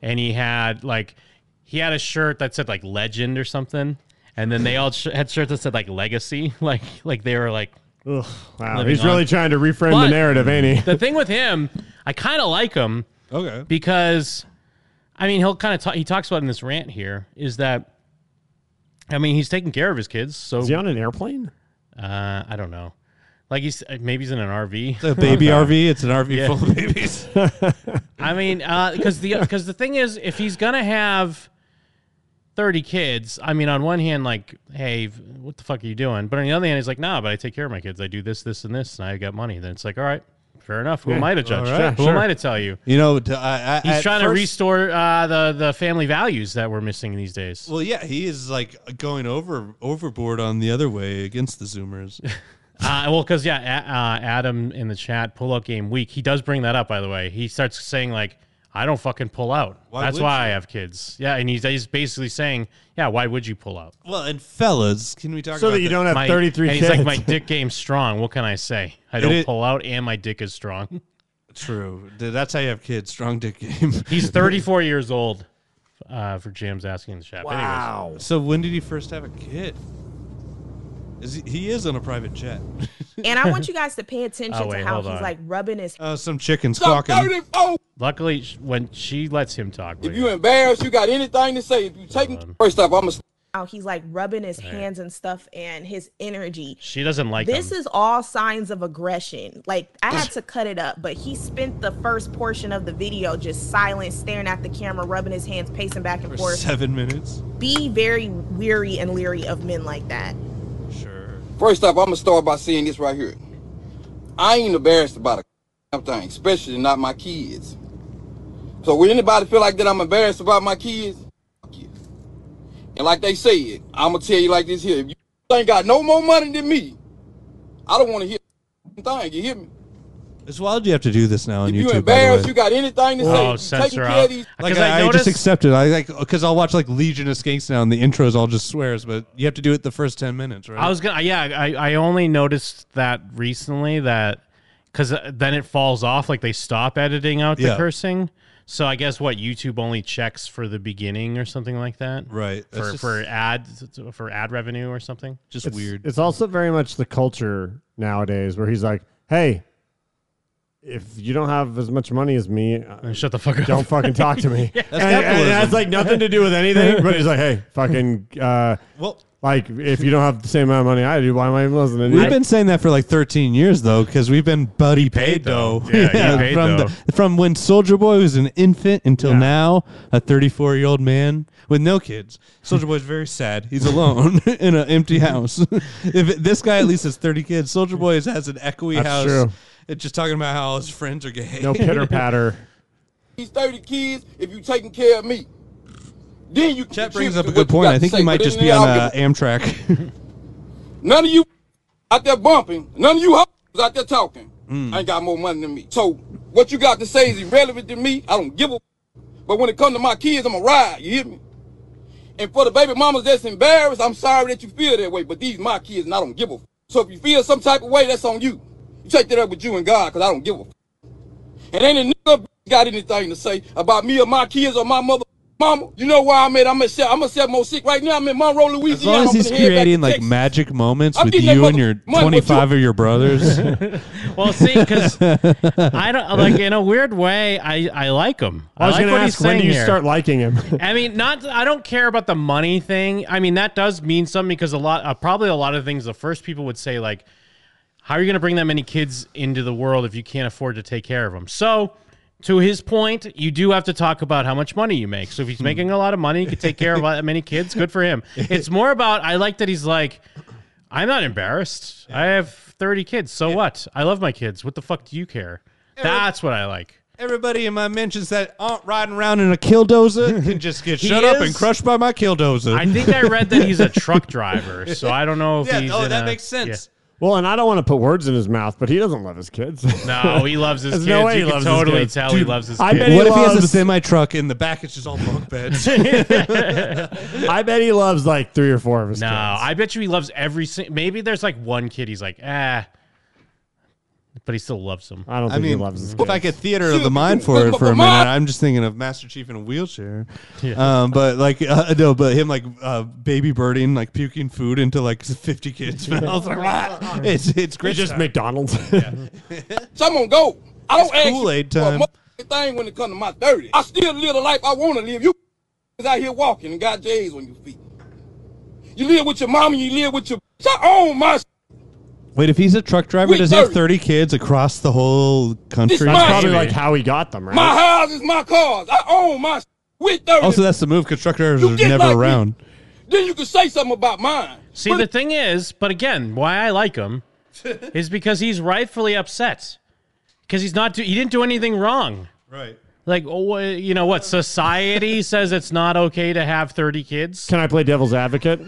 E: And he had like, he had a shirt that said like legend or something. And then they all sh- had shirts that said like legacy. Like, like they were like,
B: Ugh, wow.
E: Living
B: He's really
E: on.
B: trying to reframe
E: But-
B: the narrative, ain't he?
E: the thing with him, I kind of like him.
F: Okay.
E: because I mean he'll kind of ta- he talks about in this rant here is that I mean he's taking care of his kids so
B: Is he on an airplane?
E: uh, I don't know like he's uh, maybe he's in an RV
F: It's a baby RV. It's an RV
E: Yeah. uh,
F: full of babies.
E: I mean because the because the thing is if he's gonna have 30 kids, I mean, on one hand, like, hey, v- what the fuck are you doing? But on the other hand, he's like, nah, but I take care of my kids. I do this, this, and this, and I got money. Then it's like, all right, fair enough. Who am I to judge?
F: all right,
E: Who
F: sure.
E: am I to tell you?
F: You know, to, I, I,
E: He's
F: at
E: trying to
F: first-
E: restore uh, the the family values that we're missing these days.
F: Well, yeah, he is like going over overboard on the other way against the Zoomers.
E: Uh, well, because yeah, A- uh, Adam in the chat pull out game week. He does bring that up, by the way. He starts saying like, "I don't fucking pull out.
F: Why
E: That's
F: would
E: why I
F: you?"
E: have kids." Yeah, and he's, he's basically saying, "Yeah, why would you pull out?"
F: well, and fellas, can we talk
B: so
F: about
B: that you don't have
E: My-
B: 33
E: And he's
B: kids.
E: like, "My dick game's strong. What can I say? I don't
F: is-
E: pull out, and my dick is strong."
F: True, Dude, that's how you have kids. Strong dick game.
E: He's 34 years old. Uh, for Jim's asking in the chat. But Anyways,
A: Wow.
F: so when did he first have a kid? Is he, he is on a private jet.
G: And I want you guys to pay attention
E: wait,
G: to how
E: hold
G: he's
E: on.
G: like rubbing his.
F: Uh, some chicken squawking.
E: luckily, sh- when she lets him talk,
H: If
E: later-
H: you embarrassed, you got anything to say. If you take me first off, I'm a
G: How he's like rubbing his hands and stuff, and his energy.
E: she doesn't like
G: This
E: him.
G: is all signs of aggression. Like I had to cut it up, but he spent the first portion of the video just silent, staring at the camera, rubbing his hands, pacing back and
F: For
G: forth.
F: seven minutes.
G: Be very weary and leery of men like that.
F: Sure.
H: First off, I'm gonna start by saying this right here. I ain't embarrassed about a damn thing, especially not my kids. So would anybody feel like that I'm embarrassed about my kids? Fuck you. And like they said, I'm gonna tell you like this here. If you ain't got no more money than me, I don't want to hear a thing. You hear me?
F: It's wild you have to do this now on
H: If
F: YouTube.
H: you
F: by the
H: embarrassed,
F: way.
H: you got anything to
E: oh,
H: say? you taking
E: censor
H: care
E: out.
H: of these
F: Like
E: 'Cause
F: I, I
E: noticed-
F: just accept it. I like because I'll watch like Legion of Skanks now, and the intros all just swears, but you have to do it the first ten minutes, right?
E: I was gonna, yeah. I, I only noticed that recently that because then it falls off, like they stop editing out the
F: Yeah.
E: cursing. So I guess what YouTube only checks for the beginning or something like that,
F: right. That's
E: For
F: just,
E: for ad for ad revenue or something.
F: just
B: it's,
F: weird.
B: It's also very much the culture nowadays where he's like, hey, if you don't have as much money as me, uh,
E: And shut the fuck up.
B: don't fucking talk to me. and, and
F: capitalism.
B: that's like nothing to do with anything, but he's like, hey, fucking, uh,
F: well,
B: like, if you don't have the same amount of money I do, why am I even listening to
F: We've
B: you?
F: been saying that for like 13 years though, because we've been buddy paid though.
E: Yeah, he paid
F: from
E: though.
F: the from when Soldier Boy was an infant until now, a 34 year old man with no kids. Soldier Boy's very sad. He's alone in an empty house. if it- this guy at least has 30 kids, Soldier Boy is, has an echoey
B: That's
F: house.
B: true.
F: It's just talking about how all his friends are gay.
B: no pitter patter.
H: these 30 kids if you taking care of me? Then you
F: Chat
H: can
F: brings
H: contribute
F: up
H: to
F: a
H: what
F: good point.
H: got
F: I
H: to
F: think
H: say,
F: he
H: but
F: might just
H: in
F: be
H: the end,
F: on
H: I don't
F: uh,
H: give a
F: Amtrak.
H: None of you out there bumping. None of you hoes out there talking.
F: Hmm.
H: I ain't got more money than me. So what you got to say is irrelevant to me. I don't give a. But when it comes to my kids, I'm a ride. You hear me? And for the baby mamas that's embarrassed, I'm sorry that you feel that way. But these my kids, and I don't give a. So if you feel some type of way, that's on you. You take that up with you and God, cause I don't give a. And ain't a nigga got anything to say about me or my kids or my mother. Mama, you know where I'm at? I'm at Sel- I'm at Selmo Sick right now. I'm in Monroe, Louisiana.
F: As long as
H: I'm
F: he's
H: finna head back to
F: creating like
H: Texas.
F: magic moments
H: I'm
F: with
H: getting that
F: you and your
H: motherfucking money, what you-
F: 25 of your brothers.
E: Well, see, because I don't like in a weird way. I I like him. I,
B: I was
E: like
B: going
E: what
B: to
E: he's
B: ask, when
E: saying
B: do you
E: here.
B: start liking him?
E: I mean, not. I don't care about the money thing. I mean, that does mean something because a lot, uh, probably a lot of things. The first people would say like, "How are you going to bring that many kids into the world if you can't afford to take care of them?" So, to his point, you do have to talk about how much money you make. So
F: Hmm.
E: if he's making a lot of money, he can take care of that many kids. Good for him. It's more about I like that he's like, I'm not embarrassed. I have 30 kids. So what? I love my kids. What the fuck do you care? That's what I like.
F: Everybody in my mentions that aren't riding around in a killdozer can just get
E: He
F: shut up
E: is-
F: and crushed by my killdozer.
E: I think I read that he's a truck driver, so I don't know if
F: yeah,
E: he's.
F: oh,
E: in
F: that
E: a-
F: makes sense.
B: well, and I don't want to put words in his mouth, but he doesn't love his kids.
E: yeah. No, he loves
B: There's
E: his kids.
B: no way
E: you
B: he
E: can
B: loves his
E: totally
B: kids.
E: tell he
B: Dude,
E: loves his
B: I
E: kids.
B: bet he
F: What if he has a
B: loves-
F: semi truck and the back is just all bunk beds?
B: I bet he loves like three or four of his
E: No,
B: kids.
E: I bet you he loves every. sing- Maybe there's like one kid he's like, ah, but he still loves him.
B: I don't
F: I
B: think
F: mean,
B: he loves his
F: if
B: kids.
F: I could theater of the mind for it for a minute, I'm just thinking of Master Chief in a wheelchair. Um, but like, uh, no, but him like uh, baby birding, like puking food into like 50 kids' mouths. Like, "Wah." it's it's great.
B: It's just
F: stuff.
B: McDonald's.
H: So I'm gonna go. I don't ask
F: Kool-Aid
H: you for a
F: time.
H: motherfucking thing when it comes to my 30. I still live the life I want to live. You is out here walking and got J's on your feet. You live with your mom and you live with your. So I own my. s-
F: Wait, if he's a truck driver,
H: Wait,
F: does he have 30
H: 30.
F: kids across the whole country?
H: That's
B: Probably
E: Maybe.
B: like how he got them, right?
H: My house is my cars. I own my. s- With 30,
F: Also, that's the move. Constructors
H: You
F: are
H: get
F: never
H: like me.
F: around.
H: then you can say something about mine.
E: See,
H: But
E: the thing is, but again, why I like him is because he's rightfully upset because he's not. Do- he didn't do anything wrong.
F: Right.
E: Like, oh, wh- you know what? Society says it's not okay to have thirty kids.
B: Can I play devil's advocate?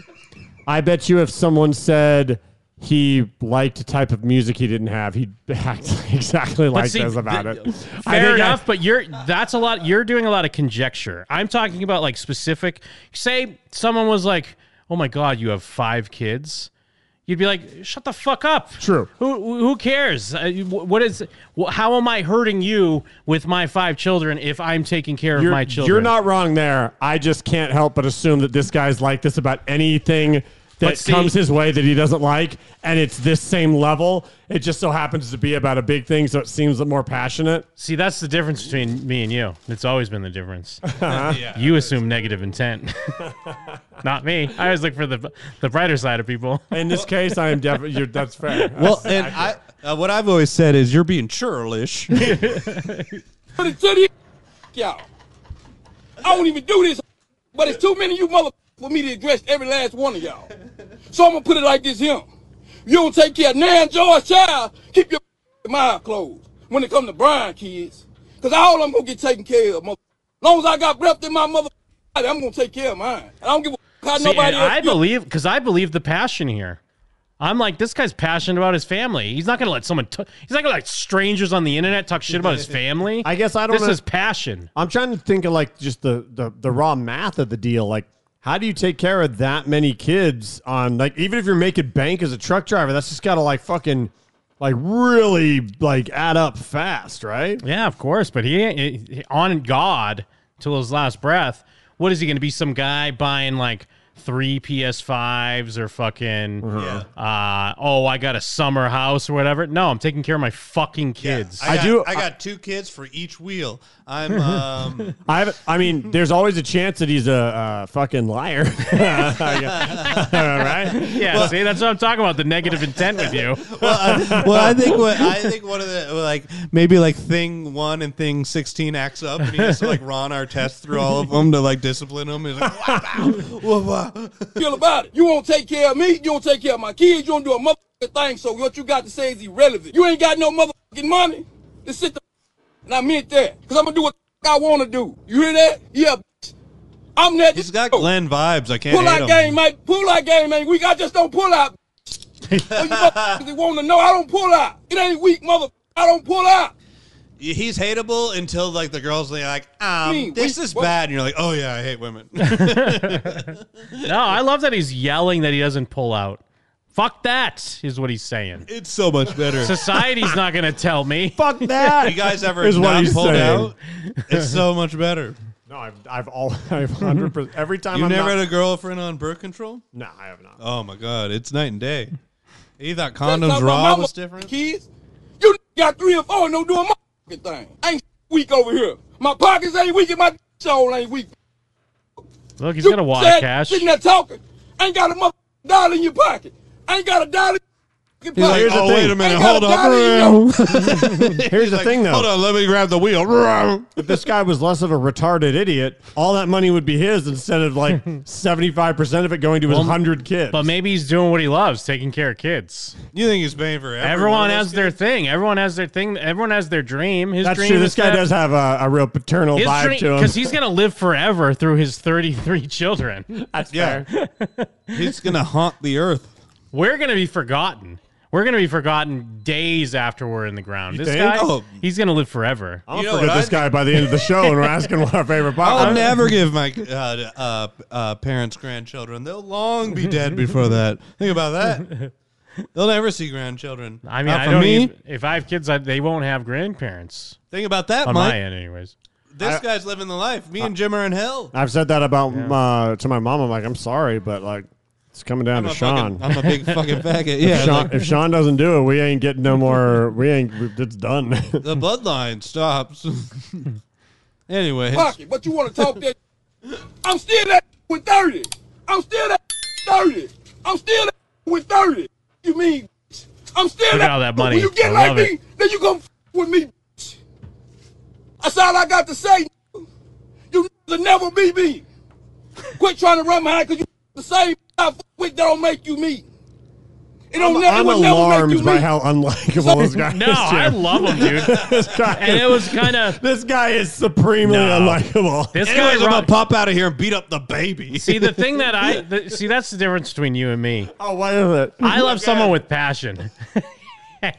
B: I bet you if someone said he liked a type of music he didn't have, he'd act exactly like
E: see,
B: this about
E: th-
B: it. I
E: Fair
B: think I-
E: enough, but you're that's a lot. You're doing a lot of conjecture. I'm talking about like specific. Say someone was like, "Oh my god, you have five kids." You'd be like, "Shut the fuck up."
B: True.
E: Who who cares? Uh, wh- What is? wh- How am I hurting you with my five children if I'm taking care of
B: you're,
E: my children?
B: you're not wrong there. I just can't help but assume that this guy's like this about anything that
E: But see-
B: comes his way that he doesn't like, and it's this same level. It just so happens to be about a big thing, so it seems more passionate.
E: See, that's the difference between me and you. It's always been the difference.
B: Uh-huh.
E: you assume negative intent, not me. I always look for the the brighter side of people.
B: In this case, I am definitely that's fair.
F: Well, and I, uh, what I've always said is you're being churlish.
H: put it to the y'all. I don't even do this, but it's too many of you mother for me to address every last one of y'all. So I'm gonna put it like this here. You don't take care of Nan George Child, keep your mind closed when it come to Brian kids. Cause all I'm gonna get taken care of, mother. As long as I got breath in my mother body, I'm gonna take care of mine. And I don't give a how
E: See,
H: nobody
E: and
H: else
E: I
H: feel.
E: believe because I believe the passion here. I'm like, this guy's passionate about his family. He's not gonna let someone. T- he's not gonna let strangers on the internet talk shit about his family.
B: I guess I don't
E: This
B: know-
E: is passion.
B: I'm trying to think of like just the, the the raw math of the deal. Like, how do you take care of that many kids on like even if you're making bank as a truck driver, that's just gotta like fucking like really like add up fast, right?
E: Yeah, of course. But he, he on God till his last breath. What is he gonna be? Some guy buying like three PS5s or fucking.
B: Uh-huh.
E: Uh, oh, I got a summer house or whatever. No, I'm taking care of my fucking kids.
B: I
F: got-
B: do-
F: I got two kids for each wheel. I'm. Um,
B: I haven't- I mean, there's always a chance that he's a uh, fucking liar, right?
E: yeah, see, that's what I'm talking about. The negative intent with you.
F: well, I, well, I think what I think one of the like maybe like thing one and thing sixteen acts up, and he has to like Ron Artest through all of them to like discipline them. He's like, "Wah, wah, wah, wah."
H: feel about it. You won't take care of me. You don't take care of my kids. You don't do a motherfucking thing. So what you got to say is irrelevant. You ain't got no motherfucking money. Just sit the. And I meant that. Because I'm going to do what the fuck I want to do. You hear that? Yeah, bitch. I'm that.
F: He's got
H: Oh,
F: Glenn vibes. I can't
H: Pull out
F: hate
H: game,
F: him.
H: mate. Pull out game, man. Weak. I just don't pull out. oh, you motherfuckers want to know. I don't pull out. It ain't weak, mother. I don't pull out.
F: He's hateable until like the girls are like, um,
H: Mean,
F: this
H: wait,
F: is
H: what?
F: bad, and you're like, oh yeah, I hate women.
E: No, I love that he's yelling that he doesn't pull out. Fuck that is what he's saying.
F: it's so much better.
E: Society's not going to tell me.
B: Fuck that.
F: you guys ever
B: Is what
F: not
B: he's
F: pulled
B: saying.
F: out? It's so much better.
B: No, I've I've all I've hundred percent every time
F: You
B: I'm
F: never
B: not,
F: had a girlfriend on birth control?
B: no, I have not.
F: Oh my god, it's night and day. He thought
H: That's
F: condoms
H: not my
F: raw
H: motherfucking
F: was different.
H: Kids, you got three or four and don't do a motherfucking thing. I ain't weak over here. My pockets ain't weak and my soul ain't weak.
E: Look, he's
H: You
E: got a wad
H: said-
E: of cash.
H: Sitting there talking. Ain't got a mother dollar in your pocket. Ain't got a dollar in your
F: He's like,
H: pocket.
F: oh wait a minute,
H: Ain't
F: hold
H: got a dollar in your-
F: up.
B: Here's the thing though.
F: Hold on, let me grab the wheel.
B: if this guy was less of a retarded idiot, all that money would be his instead of like 75% of it going to his 100 kids.
E: But maybe he's doing what he loves, taking care of kids.
F: You think he's paying for every one
E: Everyone
F: of those
E: has
F: kids?
E: their thing. Everyone has their thing. Everyone has their dream. His
B: That's
E: dream
B: true.
E: is
B: This guy
E: that-
B: does have a, a real paternal
E: his
B: vibe to him.
E: because he's going to live forever through his 33 children.
B: That's
F: Yeah.
B: fair.
F: He's gonna haunt the earth.
E: We're going to be forgotten. We're going to be forgotten days after we're in the ground. this
B: think?
E: guy,
F: Oh.
E: he's going to live forever.
B: I'll
F: You know
B: forget
F: what
B: this
F: I-
B: guy by the end of the show, and we're asking what our favorite
F: I'll
B: pop.
F: never give my uh, uh, uh, parents grandchildren. They'll long be dead before that. Think about that. They'll never see grandchildren.
E: I mean,
F: Not
E: I
F: for
E: don't
F: me.
E: even- if I have kids, I, they won't have grandparents
F: Think about that,
E: on
F: Mike.
E: my end, anyways.
F: This guy's living the life. Me and Jim are in hell.
B: I've said that about uh, to my mom. I'm like, I'm sorry, but like, it's coming down
F: I'm
B: to
F: a,
B: Sean.
F: fucking, I'm a big fucking faggot. Yeah,
B: Sean
F: like,
B: if Sean doesn't do it, we ain't getting no more. We ain't. we- It's done.
F: the bloodline stops. anyway,
H: pocket, but you want to talk that. I'm still that with 30. I'm still that 30. I'm still that with 30. You mean? bitch. I'm still
E: Look at all that money.
H: When you get
E: I
H: like
E: love
H: me,
E: it.
H: then you gonna f- with me. bitch. That's all I got to say. You niggas It'll never be me. Quit trying to run behind because you the same I fuck with that don't make you me. It don't never,
B: I'm
H: it will never make
B: alarmed
H: you
B: by
H: me.
B: how unlikable this guy
E: No,
B: is.
E: I
B: Jim.
E: love him, dude.
B: this guy.
E: And it was kind of
B: this guy is supremely
E: No.
B: unlikable.
E: this guy.
F: Anyways, I'm
E: rock-
F: gonna pop out of here and beat up the baby.
E: see the thing that I the, see that's the difference between you and me.
B: oh, what is it?
E: I love someone with passion.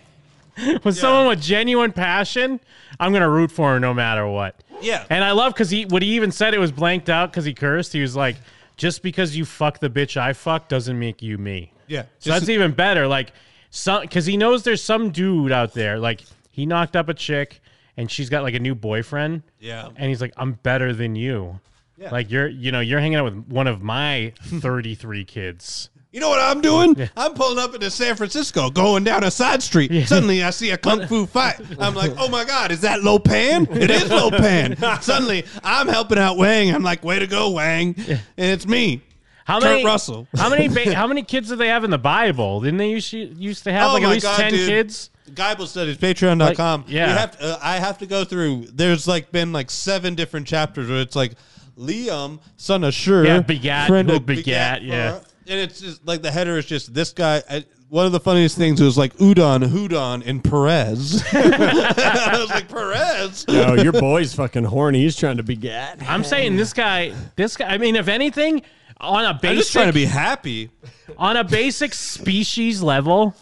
E: when someone with genuine passion, I'm gonna root for him no matter what.
F: Yeah.
E: And I love because he what he even said it was blanked out because he cursed. He was like, "Just because you fuck the bitch I fuck doesn't make you me."
F: Yeah.
E: So that's even better. Like some because he knows there's some dude out there. Like he knocked up a chick and she's got like a new boyfriend.
F: Yeah.
E: And he's like, I'm better than you. Like you're you know, you're hanging out with one of my 33 kids.
F: You know what I'm doing? I'm pulling up into San Francisco, going down a side street. Suddenly, I see a kung fu fight. I'm like, "Oh my god, is that Lopan? It is Lopan." Suddenly, I'm helping out Wang. I'm like, "Way to go, Wang!" And it's me.
E: How
F: Kurt
E: many
F: Russell.
E: how many ba- how many kids do they have in the Bible? Didn't they used to, used to have
F: oh
E: like
F: my
E: at least
F: god,
E: 10
F: dude.
E: kids?
F: Bible studies, patreon.com.
E: Like, yeah.
F: We have to- uh, I have to go through. There's like been like seven different chapters where it's like Liam, son of Shur,
E: Yeah, begat,
F: friend
E: who
F: of
E: begat,
F: begat,
E: yeah.
F: uh, and it's just like the header is just this guy. I, one of the funniest things was like Udon, Hudon, and Perez. I was like Perez.
B: Yo, your boy's fucking horny. He's trying to begat.
E: I'm saying this guy this guy I mean if anything on a basic
F: I'm just trying to be happy.
E: on a basic species level,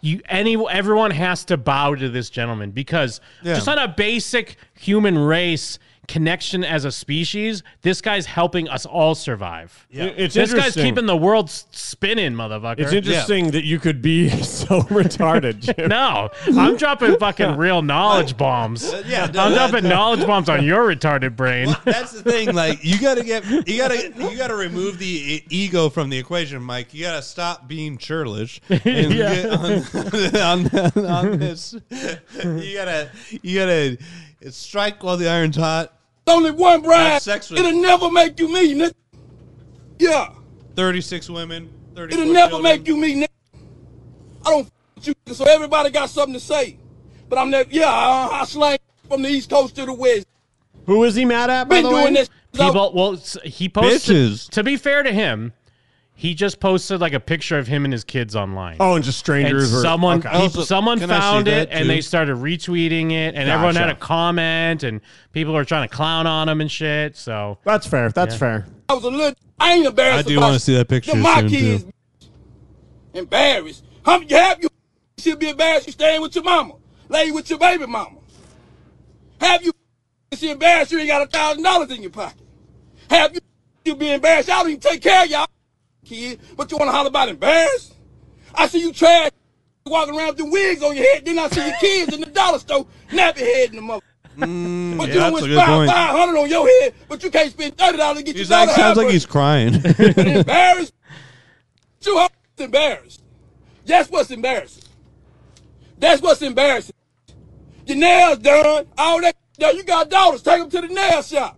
E: you any everyone has to bow to this gentleman because
F: Yeah.
E: just on a basic human race connection as a species, this guy's helping us all survive.
B: It's
E: This guy's
B: interesting.
E: keeping the world s- spinning, motherfucker.
B: it's interesting that you could be so retarded, Jim.
E: no, I'm dropping fucking real knowledge bombs.
F: yeah, no,
E: I'm
F: that-
E: dropping knowledge bombs on your retarded brain.
F: Well, that's the thing. Like you gotta get, you gotta, you gotta remove the e- ego from the equation, Mike. You gotta stop being churlish and get on, on, on this. You gotta, you gotta strike while the iron's hot.
H: It's only one bride.
F: Have sex with-
H: It'll never make you me, nigga. Yeah.
F: Thirty-six women. 34
H: It'll never
F: children.
H: make you me, nigga. I don't f- with you, nigga, so everybody got something to say. But I'm never, yeah, I, I slang from the East Coast to the West.
B: Who is he mad at, by
H: Been
B: the
H: doing
B: way?
H: this.
E: People, well, s- he posted.
F: Bitches.
E: To be fair to him, he just posted like a picture of him and his kids online.
B: Oh, and just
E: and
B: strangers. or-
E: someone
B: Okay.
E: peop-
F: Also,
E: someone
F: can I see
E: found it
F: that
E: and
F: too?
E: they started retweeting it and everyone had a
B: Gotcha.
E: comment and people are trying to clown on him and shit so
B: That's fair. That's fair.
H: I was a little, I ain't embarrassed.
F: I do
H: about
F: wanna
H: shit.
F: see that picture
H: They're my
F: soon,
H: kids,
F: too.
H: bitch. Embarrassed. How you have you should be embarrassed you staying with your mama. Lay with your baby mama. Have you she embarrassed you ain't got a thousand dollars in your pocket. Have you you be embarrassed. I don't even take care of y'all kid. But you wanna holler about embarrassed? I see you trash walking around with the wigs on your head, then I see your kids in the dollar store, nappy head in the mother. but you
F: Mm, yeah, that's
H: don't
F: a
H: spend
F: good point.
H: 500 on your head, but you can't spend $30 to get
F: He's
H: your
F: like,
H: daughter
F: sounds
H: a
F: like
H: hamburger
F: he's crying.
H: embarrassed. Too hard embarrassed. That's what's embarrassing. That's what's embarrassing. Your nails done, all that. Now you got daughters, take them to the nail shop.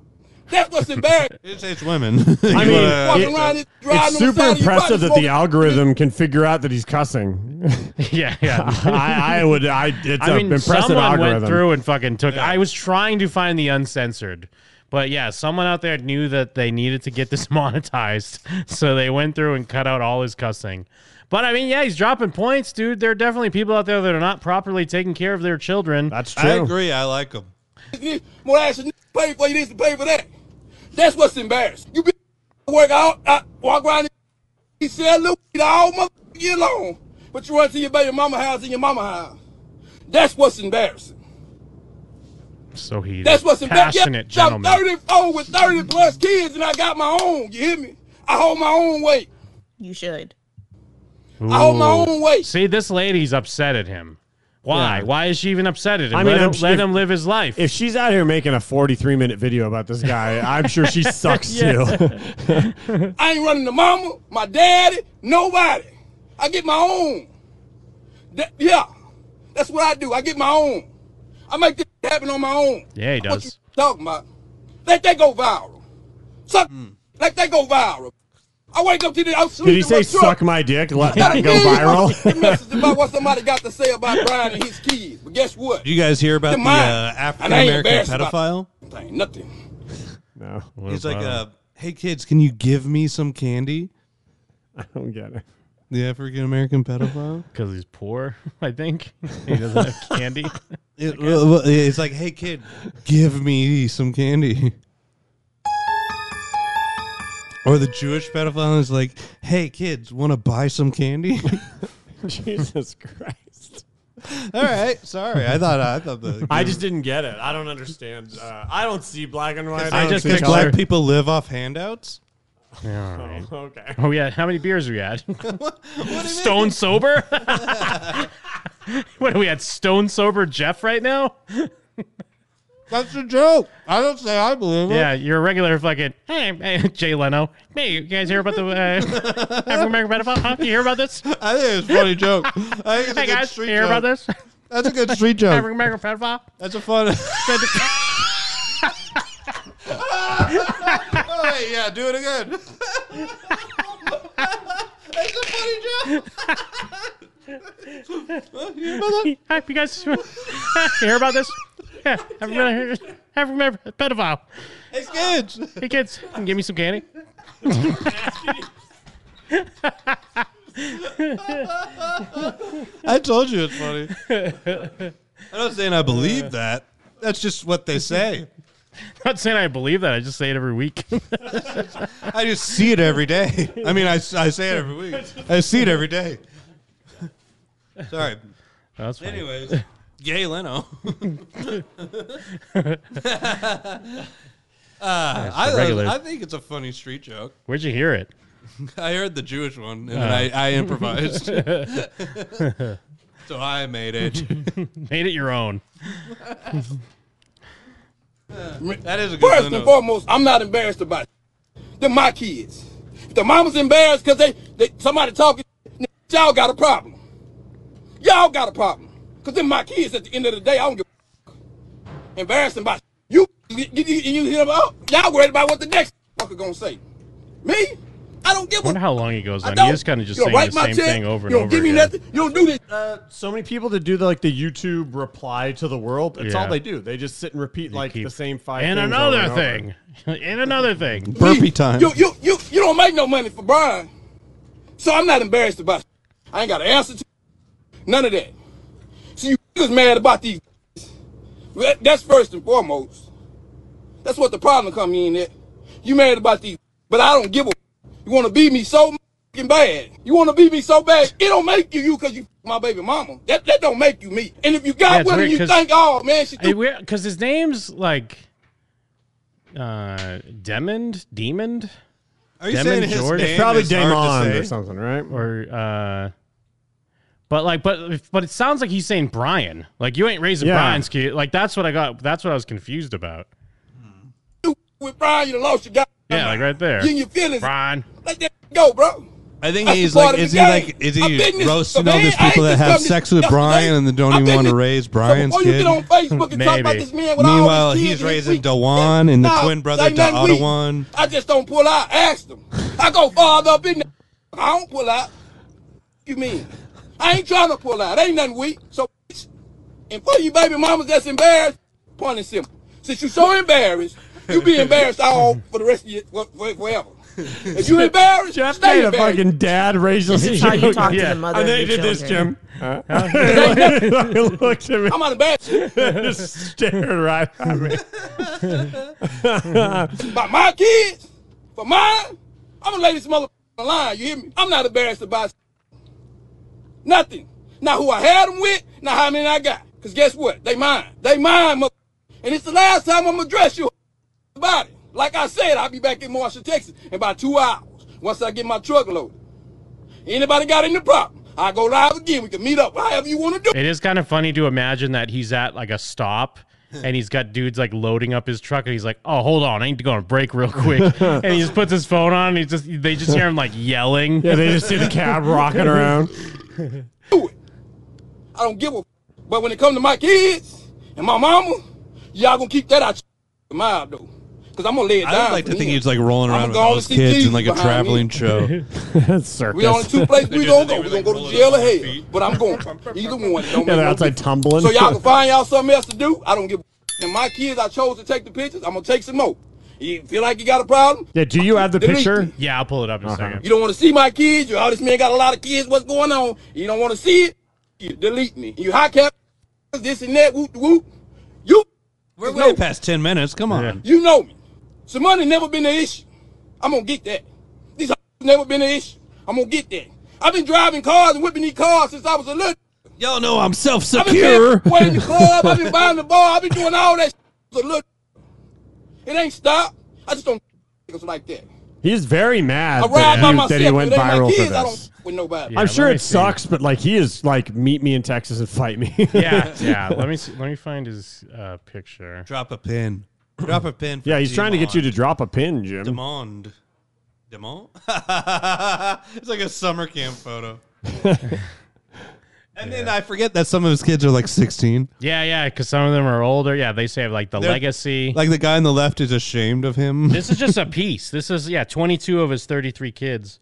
H: That's what's embarrassing.
F: it's, it's women.
B: I mean,
H: Walking
B: it-
H: around and driving
B: uh, it's super
H: on the side of your
B: impressive
H: body,
B: that the
H: smoking-
B: algorithm can figure out that he's cussing.
E: yeah yeah
B: I, I would. I. It's
E: i
B: an
E: mean
B: impressive
E: someone
B: algorithm.
E: went through and fucking took i was trying to find the uncensored but yeah someone out there knew that they needed to get this monetized so they went through and cut out all his cussing but i mean yeah he's dropping points dude there are definitely people out there that are not properly taking care of their children
B: That's true.
F: I agree. I like him.
H: this, more ass and pay for you this and pay for that. That's what's embarrassing. You be work out, I walk around and he sell little weed all motherfucking year long. But you run to your baby mama house and your mama house. That's what's embarrassing.
E: so he's
H: That's what's embarrassing.
E: passionate
H: Yeah, I'm
E: gentleman
H: 34 with 30 plus kids and I got my own. You hear me? I hold my own weight.
G: You should.
H: I hold my own weight.
E: See, this lady's upset at him. Why?
B: Yeah.
E: Why is she even upset at him?
B: I mean,
E: let
B: I'm
E: him,
B: sh-
E: let
B: if-
E: him live his life.
B: If she's out here making a 43 minute video about this guy, I'm sure she sucks too.
H: I ain't running to mama, my daddy, nobody. I get my own. That- yeah, that's what I do. I get my own. I make this happen on my own.
E: Yeah, he
H: What
E: does.
H: you talking about? Let that go viral. Suck. Let that go viral. I wake up to the. I'm
B: Did he say suck my dick? Let that go viral.
H: message about what somebody got to say about Brian and his kids. But guess what?
F: You guys hear about
H: They're
F: the
H: mine.
F: uh,
H: And I
F: African
H: ain't
F: American
H: embarrassed about
F: pedophile?
H: Thing, nothing.
B: No,
F: He's like, uh, "Hey kids, can you give me some candy?"
B: I don't get it.
F: The African American pedophile.
E: because he's poor. I think he doesn't have candy.
F: It- well, well, it's like, "Hey kid, give me some candy." Or the Jewish pedophile is like, "Hey kids, want to buy some candy?"
B: Jesus Christ.
F: All right, sorry. I thought I thought the
B: I just didn't get it. I don't understand. Uh, I don't see black and white.
E: I
B: don't
E: just
B: see
E: picture-
B: color.
F: black people live off handouts.
E: Yeah, all right.
B: Okay.
E: Oh yeah, how many beers we had? stone sober. what are we at? Stone sober Jeff right now?
F: That's a joke. I don't say I believe it.
E: Yeah, you're a regular fucking hey, hey Jay Leno. Hey, you guys hear about the uh, African American pedophile? Huh? You hear about this?
F: I think it's a funny joke. I think it's a
E: Hey
F: good
E: guys, you
F: street
E: hear
F: joke.
E: about this?
F: That's a good street joke.
E: African American pedophile.
F: That's a fun. oh, wait, yeah, do it again. That's a funny joke.
E: Hi, you guys you hear about this? Yeah, African American African American pedophile.
F: It's good.
E: Hey kids, can you give me some candy?
F: I told you it's funny. I'm not saying I believe that. That's just what they say.
E: not saying I believe that. I just say it every week.
F: I just see it every day. I mean, I, I say it every week. I see it every day. Sorry.
E: That's funny.
F: Anyways, Gay Leno. uh, I,
E: regular.
F: I think it's a funny street joke.
E: Where'd you hear it?
F: I heard the Jewish one, and
E: Uh.
F: then I, I improvised. so I made it.
E: Made it your own.
F: That is a good one.
H: First and
F: though.
H: foremost, I'm not embarrassed about it. They're my kids. If the mama's embarrassed because they, they somebody talking, y'all got a problem. Y'all got a problem. Because they're my kids at the end of the day. I don't give a embarrassing about you. You, you, you hear about, y'all worried about what the next fucker gonna say. Me? I don't give
E: I
H: a
E: wonder how long he goes
H: I
E: on.
H: don't-
E: He is kind of just
H: you don't
E: saying the
H: write my
E: same
H: check,
E: thing over and
H: You don't
E: over
H: give me
E: again.
H: nothing. You don't do this.
B: so many people that do the, like the YouTube reply to the world. That's
E: Yeah.
B: all they do. They just sit and repeat like
E: keep-
B: the same five.
E: And
B: things
E: another
B: over and over.
E: thing. and another thing.
F: Burpee time.
H: You, you, you, you don't make no money for Brian. So I'm not embarrassed about it. I ain't got an answer to none of that. See, you niggas mad about these. Well, That's first and foremost. That's what the problem come in at. You mad about these, but I don't give a. You want to beat me so fucking bad. You want to beat me so bad. It don't make you you because you my baby mama. That that don't make you me. And if you
E: Yeah,
H: got
E: it's
H: women,
E: weird
H: you
E: 'cause-
H: think, oh man, she do
E: Because his name's like uh Demond, Demond,
F: Are you
E: Demon
F: saying his
E: Jordan?
F: name
E: It's
B: Probably
F: is hard
B: Damon
F: to
B: or
F: say?
B: something, right? Or
E: or uh but like but but it sounds like he's saying Brian. Like you ain't raising
B: Yeah.
E: Brian's kid. Like that's what I got that's what I was confused about.
H: with Brian, you done lost your guy.
E: Yeah, like right there.
H: You and your feelings.
E: Brian.
H: Let that go, bro.
F: I think
H: That's
F: he's
H: part
F: like,
H: of
F: is
H: the
F: he
H: game.
F: like, is
H: I've been
F: he
H: this-
F: roasting
H: man,
F: all these
H: I ain't
F: people that
H: just
F: have
H: done this
F: sex with
H: yesterday.
F: Brian and then don't
H: I've
F: even
H: been
F: want to
H: this-
F: raise
H: so
F: Brian's
H: before
F: kid?
H: you get on Facebook and talk about
E: Maybe.
H: this man with all
F: Meanwhile,
H: these kids
F: he's
H: and his
F: raising
H: weak-
F: Dewan and the
H: Nah,
F: twin brother
H: ain't nothing weak.
F: Dewan.
H: I just don't pull out. I asked him. I go father up in there. I don't pull out. You mean? I ain't trying to pull out. Ain't nothing weak. So, bitch, and for you baby mamas that's embarrassed, point and simple. Since you so embarrassed, you be embarrassed all for the rest of your for- for- forever. If you embarrassed,
B: Jeff
H: stay
B: made a
H: embarrassed.
B: fucking dad racist
G: This is how you
B: joke.
G: talk to
E: Yeah.
G: the mother.
B: And then he
G: of
B: did
G: your
B: this,
G: children.
B: Jim. I looked at me
H: I'm not embarrassed.
B: and just stared right at me.
H: by my kids, for mine, I'm gonna lay this motherfucker on the line. You hear me? I'm not embarrassed about nothing. Not who I had them with, not how many I got. Cause guess what? They mine. They mine, mother. And it's the last time I'm gonna address you about it. Like I said, I'll be back in Marshall, Texas in about two hours once I get my truck loaded. Anybody got any problem? I go live again. We can meet up however you want to do.
E: It is kind of funny to imagine that he's at like a stop and he's got dudes like loading up his truck and he's like, "Oh, hold on, I need to go on a break real quick." and he just puts his phone on and he just they just hear him like yelling.
B: Yeah, they just see the cab rocking around.
H: do it. I don't give a. f- But when it comes to my kids and my mama, y'all gonna keep that out your mouth though, cause I'm gonna lay it down.
F: I would like
H: for
F: to think
H: them.
F: he's like rolling
H: I'ma
F: around with
H: go on
F: those
H: to see
F: kids in
H: Jesus
F: like a
H: behind
F: traveling
H: me.
F: show.
H: We only
B: Circus.
H: two places we
F: do the thing
H: gonna go.
F: where
H: We gonna
F: they
H: go to
F: roll
H: jail
F: up
H: or
F: on their
H: hell.
F: feet.
H: But I'm going. Either one. Don't
B: Yeah,
H: make
B: they're
H: no
B: outside
H: difference.
B: tumbling.
H: So y'all can find y'all something else to do. I don't give. a f- And my kids, I chose to take the pictures. I'm gonna take some more. You feel like you got a problem?
B: Yeah, do you have the
H: Delete
B: picture? Uh-huh.
E: Yeah, I'll pull it up in a second.
H: You don't want to see my kids. You, oh, this man got a lot of kids. What's going on? You don't want to see it. You delete me. You high cap this and that. Whoop whoop. You
F: We're
H: no-
F: way past ten minutes. Come on.
H: you know me. So money never been an issue. I'm gonna get that. These never been an issue. I'm gonna get that. I've been driving cars and whipping these cars since I was a little.
F: Y'all know I'm self
H: I've been paying
F: secure.
H: for it in the club. I've been buying the bar. I've been doing all that. Shit. Look, it ain't stopped. I just don't niggas like that.
B: He's very mad
H: I ride
B: that
H: by
B: he,
H: myself.
B: that he went
H: it ain't my
B: viral for
H: kids. I don't
B: this.
H: f- with nobody.
E: Yeah,
B: I'm
E: let
B: sure
E: me
B: it
E: see.
B: sucks, but like he is like meet me in Texas and fight me.
E: Yeah, yeah. Let me see, let me find his uh, picture.
F: Drop a pin. Drop a pin. For
B: yeah, he's trying to get you to drop a pin, Jim.
F: demand. Demand. it's like a summer camp photo. and then I forget that some of his kids are like 16.
E: Yeah, yeah. Because some of them are older. Yeah, they say like the
F: They're-
E: legacy.
F: Like the guy on the left is ashamed of him.
E: this is just a piece. This is yeah, 22 of his 33 kids.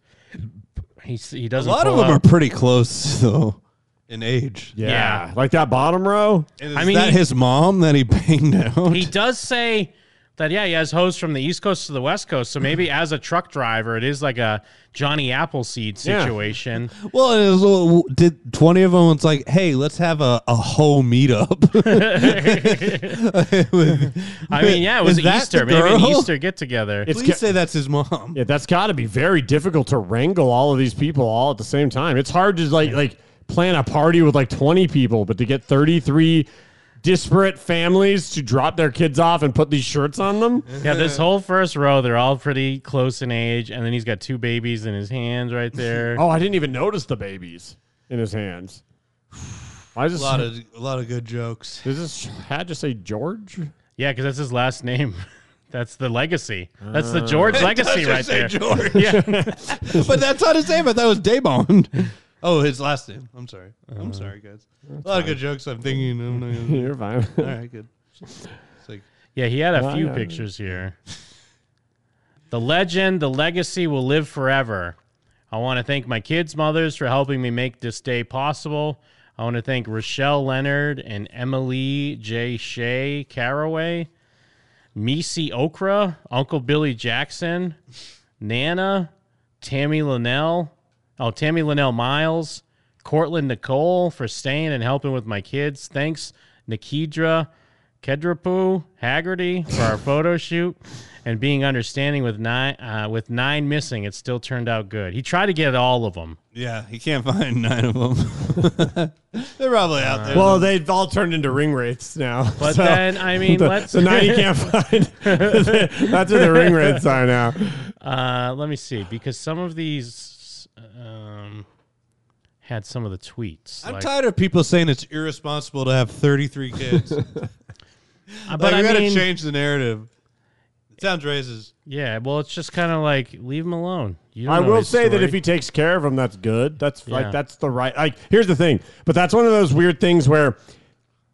E: He s- he
F: A
E: doesn't.
F: lot of
E: pull
F: them are
E: up.
F: pretty close though in age.
B: Yeah.
E: Yeah.
B: like that bottom row.
F: Is
E: I mean,
F: that
E: he-
F: his mom that he banged out?
E: He does say that yeah, he has hoes from the East Coast to the West Coast. So maybe as a truck driver, it is like a Johnny Appleseed
B: Yeah.
E: situation.
F: well, it was, well, did twenty of them? It's like, hey, let's have a, a whole meetup.
E: I mean, yeah, it was
F: Is that
E: Easter.
F: the
E: Maybe an
F: girl?
E: Easter get together.
B: It's
F: Please
B: ca-
F: say that's his mom.
B: yeah, that's got to be very difficult to wrangle all of these people all at the same time. It's hard to like like plan a party with like 20 people, but to get 33 disparate families to drop their kids off and put these shirts on them.
E: Yeah, this whole first row, they're all pretty close in age, and then he's got two babies in his hands right there.
B: Oh, I didn't even notice the babies in his hands. Why is
F: A
B: this?
F: lot of a lot of good jokes.
B: does this hat just say George?
E: Yeah, because that's his last name. That's the legacy. That's the George legacy right
F: Uh. say
E: there.
F: George.
E: Yeah.
F: but that's not his name. I thought it was Daybond. Oh, his last name. I'm sorry.
E: Uh-huh.
F: I'm sorry, guys. A lot of good jokes. I'm thinking. I'm not gonna-
B: You're fine.
F: all right, good. It's like
E: yeah, he had a
B: Why
E: few
B: not?
E: pictures here. The legend, the legacy will live forever. I want to thank my kids' mothers for helping me make this day possible. I want to thank Rochelle Leonard and Emily J. Shea Caraway, Misi Okra, Uncle Billy Jackson, Nana, Tammy Linnell, oh, Tammy Linnell Miles, Cortland Nicole for staying and helping with my kids. Thanks, Nikedra Kedrapu Haggerty for our photo shoot and being understanding with nine uh, with nine missing. It still turned out good. He tried to get all of them.
F: Yeah, he can't find nine of them. They're probably out there.
B: Well, they've all turned into ring wraiths now.
E: But
B: so-
E: then, I mean,
B: the,
E: let's-
B: So now you can't find. that's where the ring wraiths are now.
E: Uh, let me see because some of these um, had some of the tweets.
F: I'm
E: like-
F: tired of people saying it's irresponsible to have 33 kids. like,
E: Uh, but
F: we
E: I
F: gotta
E: mean,
F: change the narrative. It sounds racist.
E: yeah. Well, it's just kind of like leave him alone. You don't
B: I
E: know
B: will
E: his
B: say that
E: story.
B: if he takes care of them, that's good. That's
E: Yeah.
B: like that's the right. Like here's the thing, but that's one of those weird things where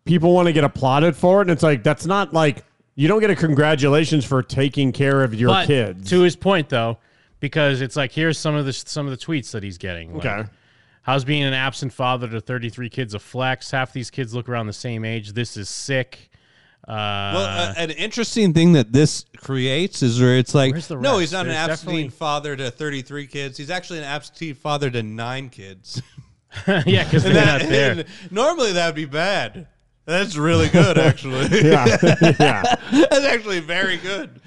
B: people want to get applauded for it, and it's like that's not like you don't get a congratulations for taking care of your
E: but
B: kids.
E: To his point, though, because it's like here's some of the some of the tweets that he's getting. Like,
B: okay.
E: How's being an absent father to 33 kids a flex? Half these kids look around the same age. This is sick. Uh,
F: Well, uh, an interesting thing that this creates is where it's like,
E: Where's the
F: no,
E: rest?
F: he's not an
E: There's
F: absentee
E: definitely-
F: father to 33 kids. He's actually an absentee father to nine kids.
E: yeah, because they're not
F: That-
E: there.
F: uh, and normally that would be bad. That's really good, actually.
B: Yeah. yeah.
F: That's actually very good.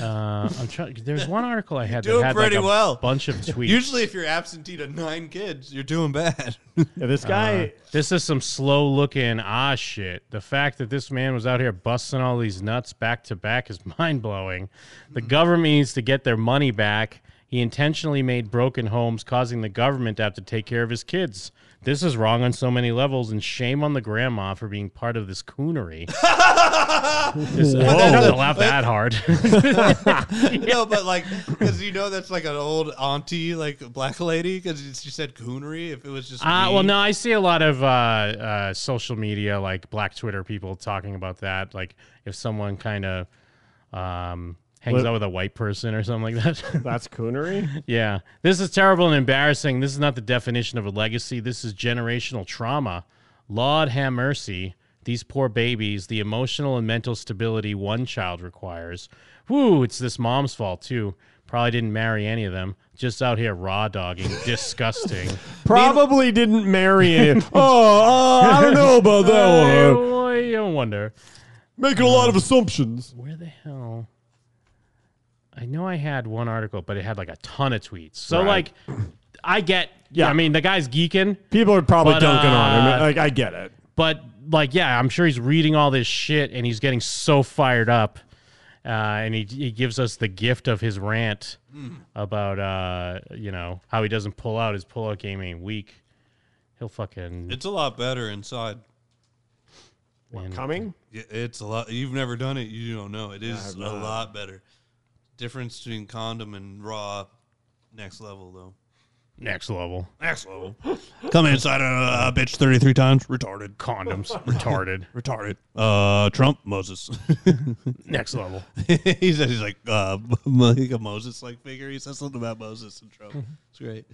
E: Uh, I'm trying. There's one article I had
F: doing
E: that had
F: pretty
E: like a
F: well.
E: bunch of tweets.
F: Usually, if you're absentee to nine kids, you're doing bad.
B: Yeah, This guy.
E: This is some slow looking ah shit. The fact that this man was out here busting all these nuts back to back is mind blowing. The government needs to get their money back. He intentionally made broken homes, causing the government to have to take care of his kids. This is wrong on so many levels, and shame on the grandma for being part of this coonery. this, I don't have to laugh that hard.
F: No, but like, because you know that's like an old auntie, like a black lady, because she said coonery. If it was just
E: Uh, well,
F: me.
E: no, I see a lot of uh, uh, social media, like Black Twitter people talking about that. Like if someone kind of um, hangs
B: What-
E: out with a white person or something like that.
B: That's coonery.
E: yeah. This is terrible and embarrassing. This is not the definition of a legacy. This is generational trauma. Lord have mercy. these poor babies the emotional and mental stability one child requires. Woo, it's this mom's fault too. Probably didn't marry any of them. Just out here raw dogging. Disgusting.
B: Probably didn't marry it. oh, uh, I don't know about
E: I,
B: that one.
E: I wonder
B: Making a lot of assumptions.
E: where the hell. I know I had one article, but it had like a ton of tweets. So
D: Right.
E: like, I get.
B: Yeah.
E: Yeah, I mean the guy's geeking.
B: People are probably
E: But,
B: dunking on him.
E: uh,
B: Like, I get it.
E: but like yeah i'm sure he's reading all this shit and he's getting so fired up uh, and he, he gives us the gift of his rant about uh, you know how he doesn't pull out his pull out game ain't weak he'll fucking
F: It's a lot better inside.
E: and-
B: Coming?
F: Y- It's a lot. You've never done it. You don't know. It is a lot better. Difference between condom and raw, next level though.
E: next level
F: Next level. Come inside a uh, bitch thirty three times. Retarded.
E: condoms retarded
F: Retarded. Uh, Trump Moses.
E: next level
F: he said he's like uh, like a Moses like figure. He says something about Moses and Trump. It's great.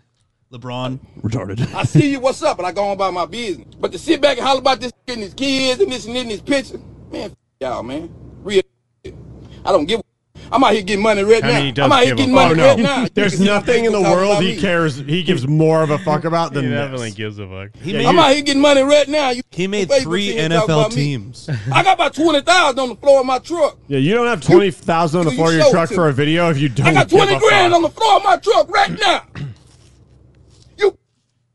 F: LeBron. Retarded.
H: I see you, what's up, and I go on about my business. But to sit back and holler about this and his kids and this and in his picture, man, f- y'all, man. Real shit. I don't give a I'm out here getting money right
E: I
H: now.
E: mean, he does
H: I'm out here
E: give a
H: getting
E: fuck.
H: money
E: Oh, no.
H: right now. You
B: There's
H: can see
B: nothing in the
H: talking
B: world
H: about
B: he
H: me.
B: cares. He gives more of a fuck about
E: he
B: than
E: definitely
B: this.
E: gives a fuck
F: He
H: I'm out here getting money right now. You
F: He made
H: Facebook
F: three
H: seeing talk
F: NFL
H: about me.
F: teams.
H: I got about 20,000 on the floor of my truck.
B: Yeah, you don't have twenty thousand on the
H: You
B: floor of your
H: show
B: truck
H: to
B: for
H: me.
B: a video if you don't.
H: I got
B: give
H: 20
B: a
H: grand
B: fuck.
H: on the floor of my truck right now. you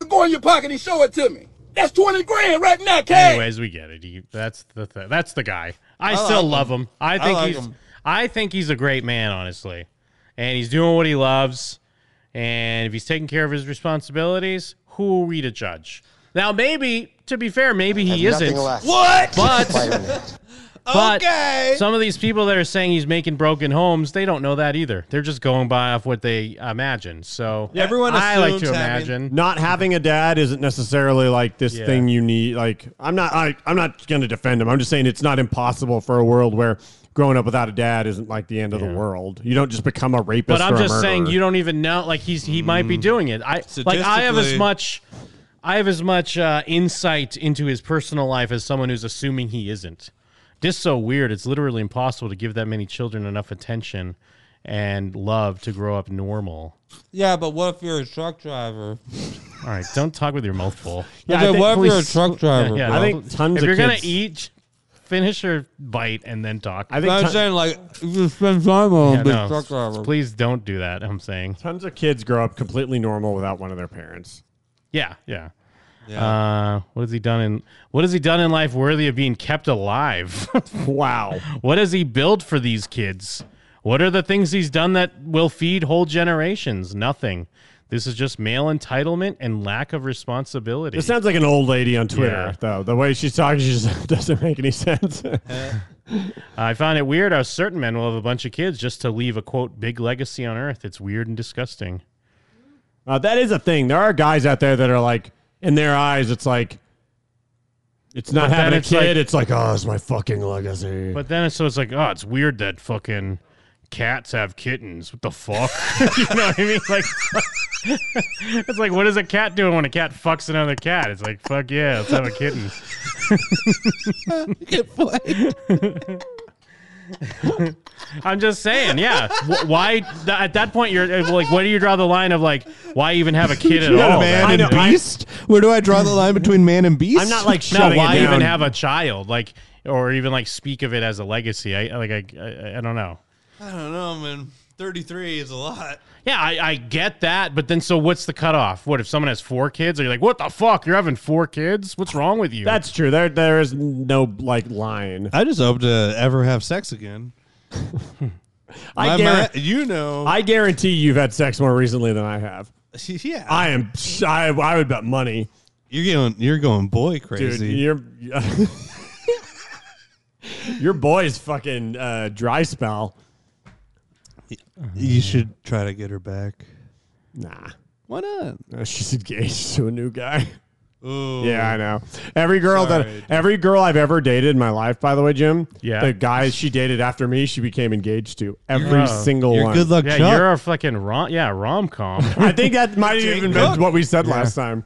H: go in your pocket and show it to me. That's 20 grand right now, cash.
E: Anyways, we get it. He, that's the th- that's the guy. I, still love him. I think
F: like
E: he's
F: him.
E: I think he's a great man, honestly. And he's doing what he loves. And if he's taking care of his responsibilities, who are we to judge? Now, maybe to be fair, maybe he isn't.
F: what?
E: But but
F: okay.
E: some of these people that are saying he's making broken homes, they don't know that either. They're just going by off what they imagine. So
F: Everyone
E: I like to
F: assumes having-
E: imagine.
B: Not having a dad isn't necessarily like this
E: Yeah.
B: thing you need. Like I'm not. I, I'm not going to defend him. I'm just saying it's not impossible for a world where growing up without a dad isn't like the end of the world. You don't just become a rapist.
E: But I'm
B: or
E: just
B: a
E: saying
B: murderer. Mm.
E: you don't even know. Like he's he might be doing it. I like I have as
F: Statistically-
E: much, I have as much uh, insight into his personal life as someone who's assuming he isn't. This so weird. It's literally impossible to give that many children enough attention and love to grow up normal.
I: Yeah, but what if you're a truck driver?
E: All right, don't talk with your mouth full.
B: Yeah, I
I: Okay,
B: think
I: what if you're a
B: police-
I: truck driver?
E: Yeah,
I: bro?
B: I
E: don't-
B: think tons
E: If
B: of
E: you're gonna
B: kids-
E: eat, finish your bite and then talk.
I: But
B: I think
I: I'm
B: ton-
I: saying like if you spend time on
E: Yeah,
I: a big
E: no,
I: truck driver.
E: please don't do that. I'm saying.
B: tons of kids grow up completely normal without one of their parents.
E: Yeah, yeah. Uh, what has he done in What has he done in life worthy of being kept alive?
B: Wow.
E: what does he build for these kids? What are the things he's done that will feed whole generations? Nothing. This is just male entitlement and lack of responsibility.
B: This sounds like an old lady on Twitter,
E: Yeah.
B: though. The way she's talking, she just doesn't make any sense.
E: I found it weird how certain men will have a bunch of kids just to leave a quote big legacy on earth. It's weird and disgusting.
B: Uh, that is a thing. There are guys out there that are like, in their eyes, it's like, it's not
E: then
B: having a
E: it's
B: kid.
E: like-
B: it's like, oh, it's my fucking legacy.
E: But then it's so it's like, oh, it's weird that fucking cats have kittens. What the fuck? you know what I mean? Like, it's like, what is a cat doing when a cat fucks another cat? It's like, fuck yeah, let's have a kitten. I'm just saying, yeah. Wh- Why th- at that point you're uh, like, where do you draw the line of like, why even have a kid at all?
B: man and
E: Like,
F: beast? Where do I draw the line between man and beast?
B: I'm not like
E: no,
B: shutting
E: why
B: it down.
E: even have a child? Like, or even like speak of it as a legacy? I like, I, I, I don't know.
F: I don't know, man. Thirty three is a lot.
E: Yeah, I, I get that, but then so what's the cutoff? What if someone has four kids? Are you like, what the fuck? You're having four kids? What's wrong with you?
B: That's true. There, there is no like line.
F: I just hope to ever have sex again.
B: I,
F: My
B: guar-
F: ma- you know,
B: I guarantee you've had sex more recently than I have.
F: yeah,
B: I am. I, I would bet money,
F: you're going, you're going boy
B: dude.
F: crazy.
B: You're. Your boy's fucking uh, dry spell.
F: you should try to get her back.
B: Nah.
F: Why not?
B: Uh, She's engaged to a new guy.
F: Ooh.
B: Yeah, I know. Every girl
F: Sorry,
B: that every girl I've ever dated in my life, by the way, Jim.
E: Yeah.
B: The guy she dated after me, she became engaged to. Every
E: Oh.
B: single
F: You're
B: one.
F: good luck,
E: yeah,
F: Chuck.
E: you're a fucking rom yeah, rom com.
B: I think that might have even been
F: Cook.
B: what we said last time.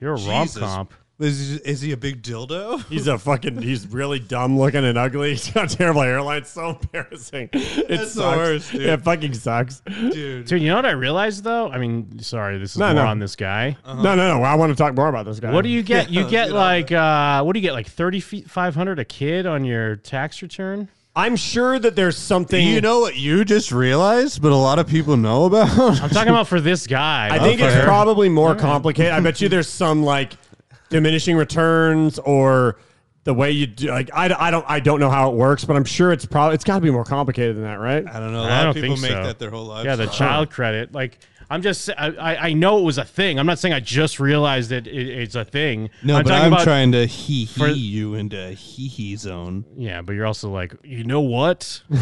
E: You're a rom
F: Jesus.
E: com.
F: Is he, is he a big dildo?
B: He's a fucking. He's really dumb looking and ugly. He's got terrible hairline. So embarrassing. It
F: That's the
B: sucks.
F: worst, dude. Uh-huh.
B: It fucking sucks.
F: Dude.
E: Dude, you know what I realized though? I mean, sorry, this is
B: No,
E: more
B: no.
E: on this guy.
B: No, no, no. I want to talk more about this guy.
E: What do you get? You get
F: you know.
E: like uh, what do you get? Like thirty feet five hundred a kid on your tax return?
B: I'm sure that there's something.
F: You know what you just realized, but a lot of people know about?
E: I'm talking about for this guy.
B: I think it's probably more complicated. I bet you there's some like diminishing returns or the way you do. Like I, I don't I don't know how it works, but I'm sure it's probably it's got to be more complicated than that, right?
F: I don't know. A
E: I
F: lot of
E: don't
F: people
E: think
F: make
E: so.
F: that their whole life.
E: Yeah, the
F: Uh-huh.
E: child credit. Like I'm just I, I I know it was a thing. I'm not saying I just realized that it, it's a thing.
F: No,
E: I'm
F: but
E: talking
F: I'm
E: about-
F: trying to hee hee you into a hee hee zone.
E: Yeah, but you're also like, you know what? Uh,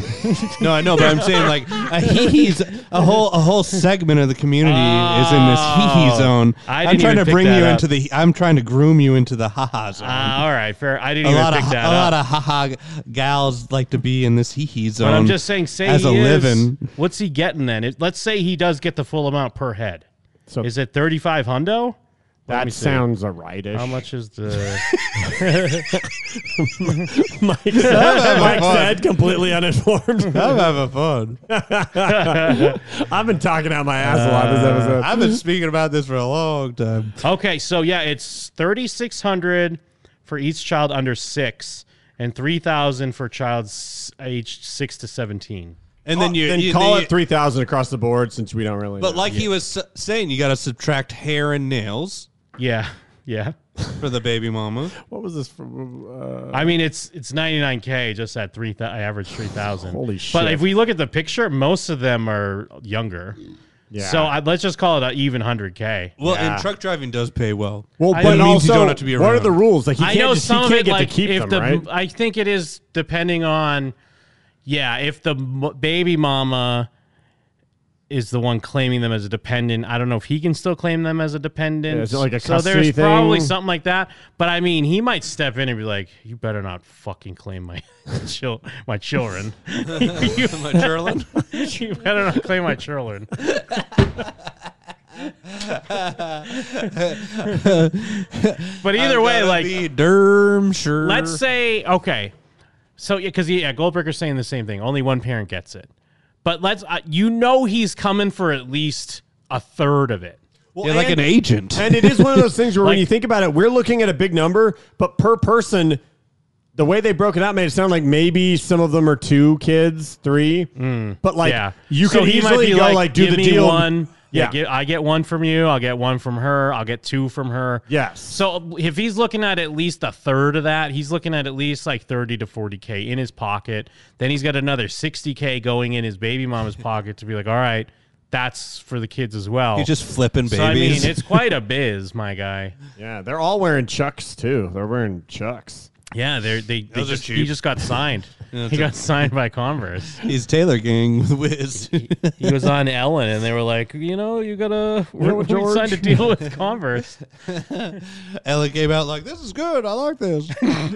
F: No, I know, but I'm saying like a hee hee's a whole a whole segment of the community is in this hee hee zone.
E: Oh. I
F: am
E: didn't
F: trying
E: even
F: to
E: pick
F: bring
E: that
F: you
E: up.
F: into the. I'm trying to groom you into the ha ha zone.
E: Uh, all right, fair. I didn't
F: a
E: even
F: lot of
E: pick
F: a
E: that
F: lot
E: up.
F: of ha ha gals like to be in this hee hee zone.
E: but I'm just saying, say
F: as
E: he
F: a
E: is-
F: living.
E: What's he getting then? It, let's say he does get the full amount per head.
B: So-
E: is it 35 hundo? Let me
B: That
E: see.
B: sounds a rightish.
E: How much is the?
B: Mike said, Mike said completely uninformed.
F: I'm having fun.
B: I've been talking out my ass a lot this episode.
F: Uh, I've been speaking about this for a long time.
E: okay, so yeah, it's 3,600 for each child under six, and 3,000 for child s- aged six to 17.
F: And Oh, then you
B: then
F: you-
B: call
F: then
B: it
F: you-
B: three thousand across the board since we don't really.
F: But
B: know.
F: like he was s- saying, you got to subtract hair and nails
E: Yeah, yeah.
F: for the baby mama.
B: what was this? From, uh,
E: I mean, it's it's 99k just at three thou- average 3,000.
B: Holy
E: But
B: shit.
E: if we look at the picture, most of them are younger.
B: yeah.
E: So I, let's just call it an even 100k.
F: Well,
B: Yeah.
F: and truck driving does pay well.
B: well,
E: I-
B: but
E: It
F: means
B: also,
F: you don't have to be
B: what are
F: around.
B: the rules? Like he
E: I
B: can't,
E: know
B: just, he
E: some
B: can't
E: of it,
B: get
E: like,
B: to keep
E: if
B: them,
E: the
B: right?
E: I think it is depending on, yeah, if the m- baby mama is the one claiming them as a dependent. I don't know if he can still claim them as a dependent.
B: Yeah, is it like a
E: so
B: custody
E: there's probably
B: thing?
E: something like that. But I mean, he might step in and be like, "You better not fucking claim my chil- my children. you,
F: My Gerlin.
E: you better not claim my children." but either way, like
B: Um,
F: derm sure.
E: Let's say okay. So yeah, because yeah, Goldberger's saying the same thing. Only one parent gets it, but let's uh, you know he's coming for at least a third of it.
F: yeah, like an agent.
B: And it is one of those things where when
E: Like-
B: you think about it, we're looking at a big number, but per person, the way they broke it out made it sound like maybe some of them are two kids, three. But like
E: yeah,
B: you
E: so
B: could
E: he might
B: easily
E: be
B: go like, do
E: give
B: the
E: me
B: deal.
E: One, yeah,
B: Yeah.
E: get- I get one from you. I'll get one from her. I'll get two from her.
B: Yes.
E: So if he's looking at at least a third of that, he's looking at at least like thirty to forty k in his pocket. Then he's got another sixty k going in his baby mama's pocket to be like, all right, that's for the kids as well.
F: You're just flipping babies.
E: So I mean, it's quite a biz, my guy.
B: Yeah, they're all wearing chucks too. They're wearing chucks.
E: Yeah, they're, they they
F: Those are
E: just, he
F: cheap.
E: just got signed. he got signed by Converse.
F: He's Taylor Gang with Wiz.
E: He was on Ellen, and they were like, you know, you gotta we're,
B: know,
E: we
B: George.
E: signed a deal with Converse.
F: Ella came out like, "This is good. I like this."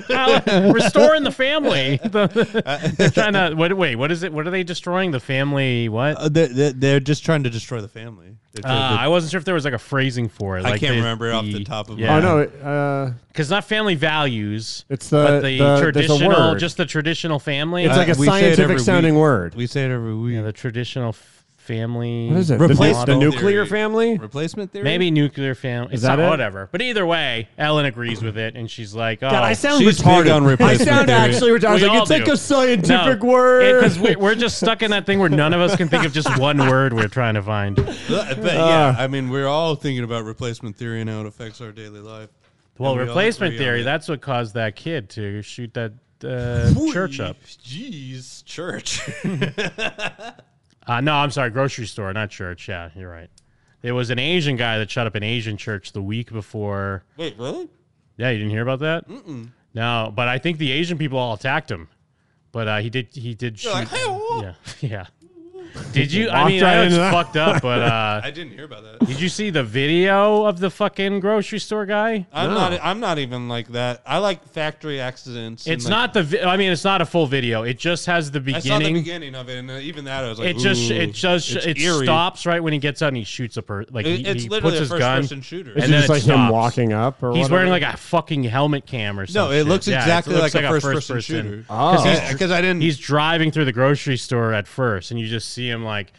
E: Alan, restoring the family.
F: Uh,
E: The- they're trying to what, wait. What is it? What are they destroying? The family? What? Uh,
F: Uh, they're, they're, they're just trying to destroy the family. They're trying to-
E: I wasn't sure if there was like a phrasing for it.
F: I
E: like
F: can't
E: the-
F: remember off the top of my-
E: yeah.
B: Oh no, it, uh,
E: because not family values.
B: It's
E: but
B: the- the-
E: the,
B: there's a
E: traditional,
B: word.
E: just the traditional family. Uh,
B: it's
F: Uh,
B: like a
F: we say it
B: scientific
F: every
B: sounding
F: week.
B: word.
F: we say it every week.
E: the traditional f- family.
B: What is it?
F: Replace
B: the, nu- the
F: model
B: nuclear
F: theory.
B: family.
F: Replacement theory.
E: Maybe nuclear family. It's
B: that
E: not,
B: it?
E: whatever. But either way, Ellen agrees with it, and she's like, "Oh,
B: God, I sound
F: She's big
B: retarded.
F: on
B: I
F: replacement
B: sound
F: theory.
B: actually retarded. I was
E: We
B: like,
E: all
B: it's like
E: do.
B: a scientific word.
E: because we, we're just stuck in that thing where none of us can think of just one word we're trying to find."
F: But, Uh, but yeah, I mean, we're all thinking about replacement theory and how it affects our daily life.
E: Well,
F: And we all
E: replacement
F: agree on it.
E: theory—that's what caused that kid to shoot that uh, church up.
F: Jeez, church.
E: Uh, no, I'm sorry, grocery store, not church. Yeah, you're right. There was an Asian guy that shot up an Asian church the week before.
I: Wait, really?
E: Yeah, you didn't hear about that? Mm-mm. No, but I think the Asian people all attacked him. But uh, he did. He did shoot.
F: like, "Hey, whoa."
E: yeah, yeah. Did you? I
B: Walked
E: mean,
B: right
E: I know
B: into
E: it's
B: that.
E: fucked up, but uh,
I: I didn't hear about that.
E: did you see the video of the fucking grocery store guy?
I: I'm not. I'm not even like that. I like factory accidents. and,
E: It's
I: like,
E: not the. Vi- I mean, it's not a full video. It just has the
I: I
E: beginning.
I: saw the beginning of it, and uh, even that I was like,
E: it just
I: ooh,
E: it just
I: it's
E: it
I: eerie.
E: stops right when he gets out and he shoots a person. Like
I: It-
E: he,
I: it's
E: he
I: literally
E: puts
I: a
E: his gun.
I: first-person shooter.
E: and
B: Is it
E: then
B: just
E: it
B: like him
E: stops.
B: walking up or
E: He's
B: whatever?
E: wearing like a fucking helmet cam or
F: No,
E: something.
F: it looks exactly like, a first person shooter.
B: Oh.
F: Because I didn't.
E: He's driving through the grocery store at first, and you just see him like,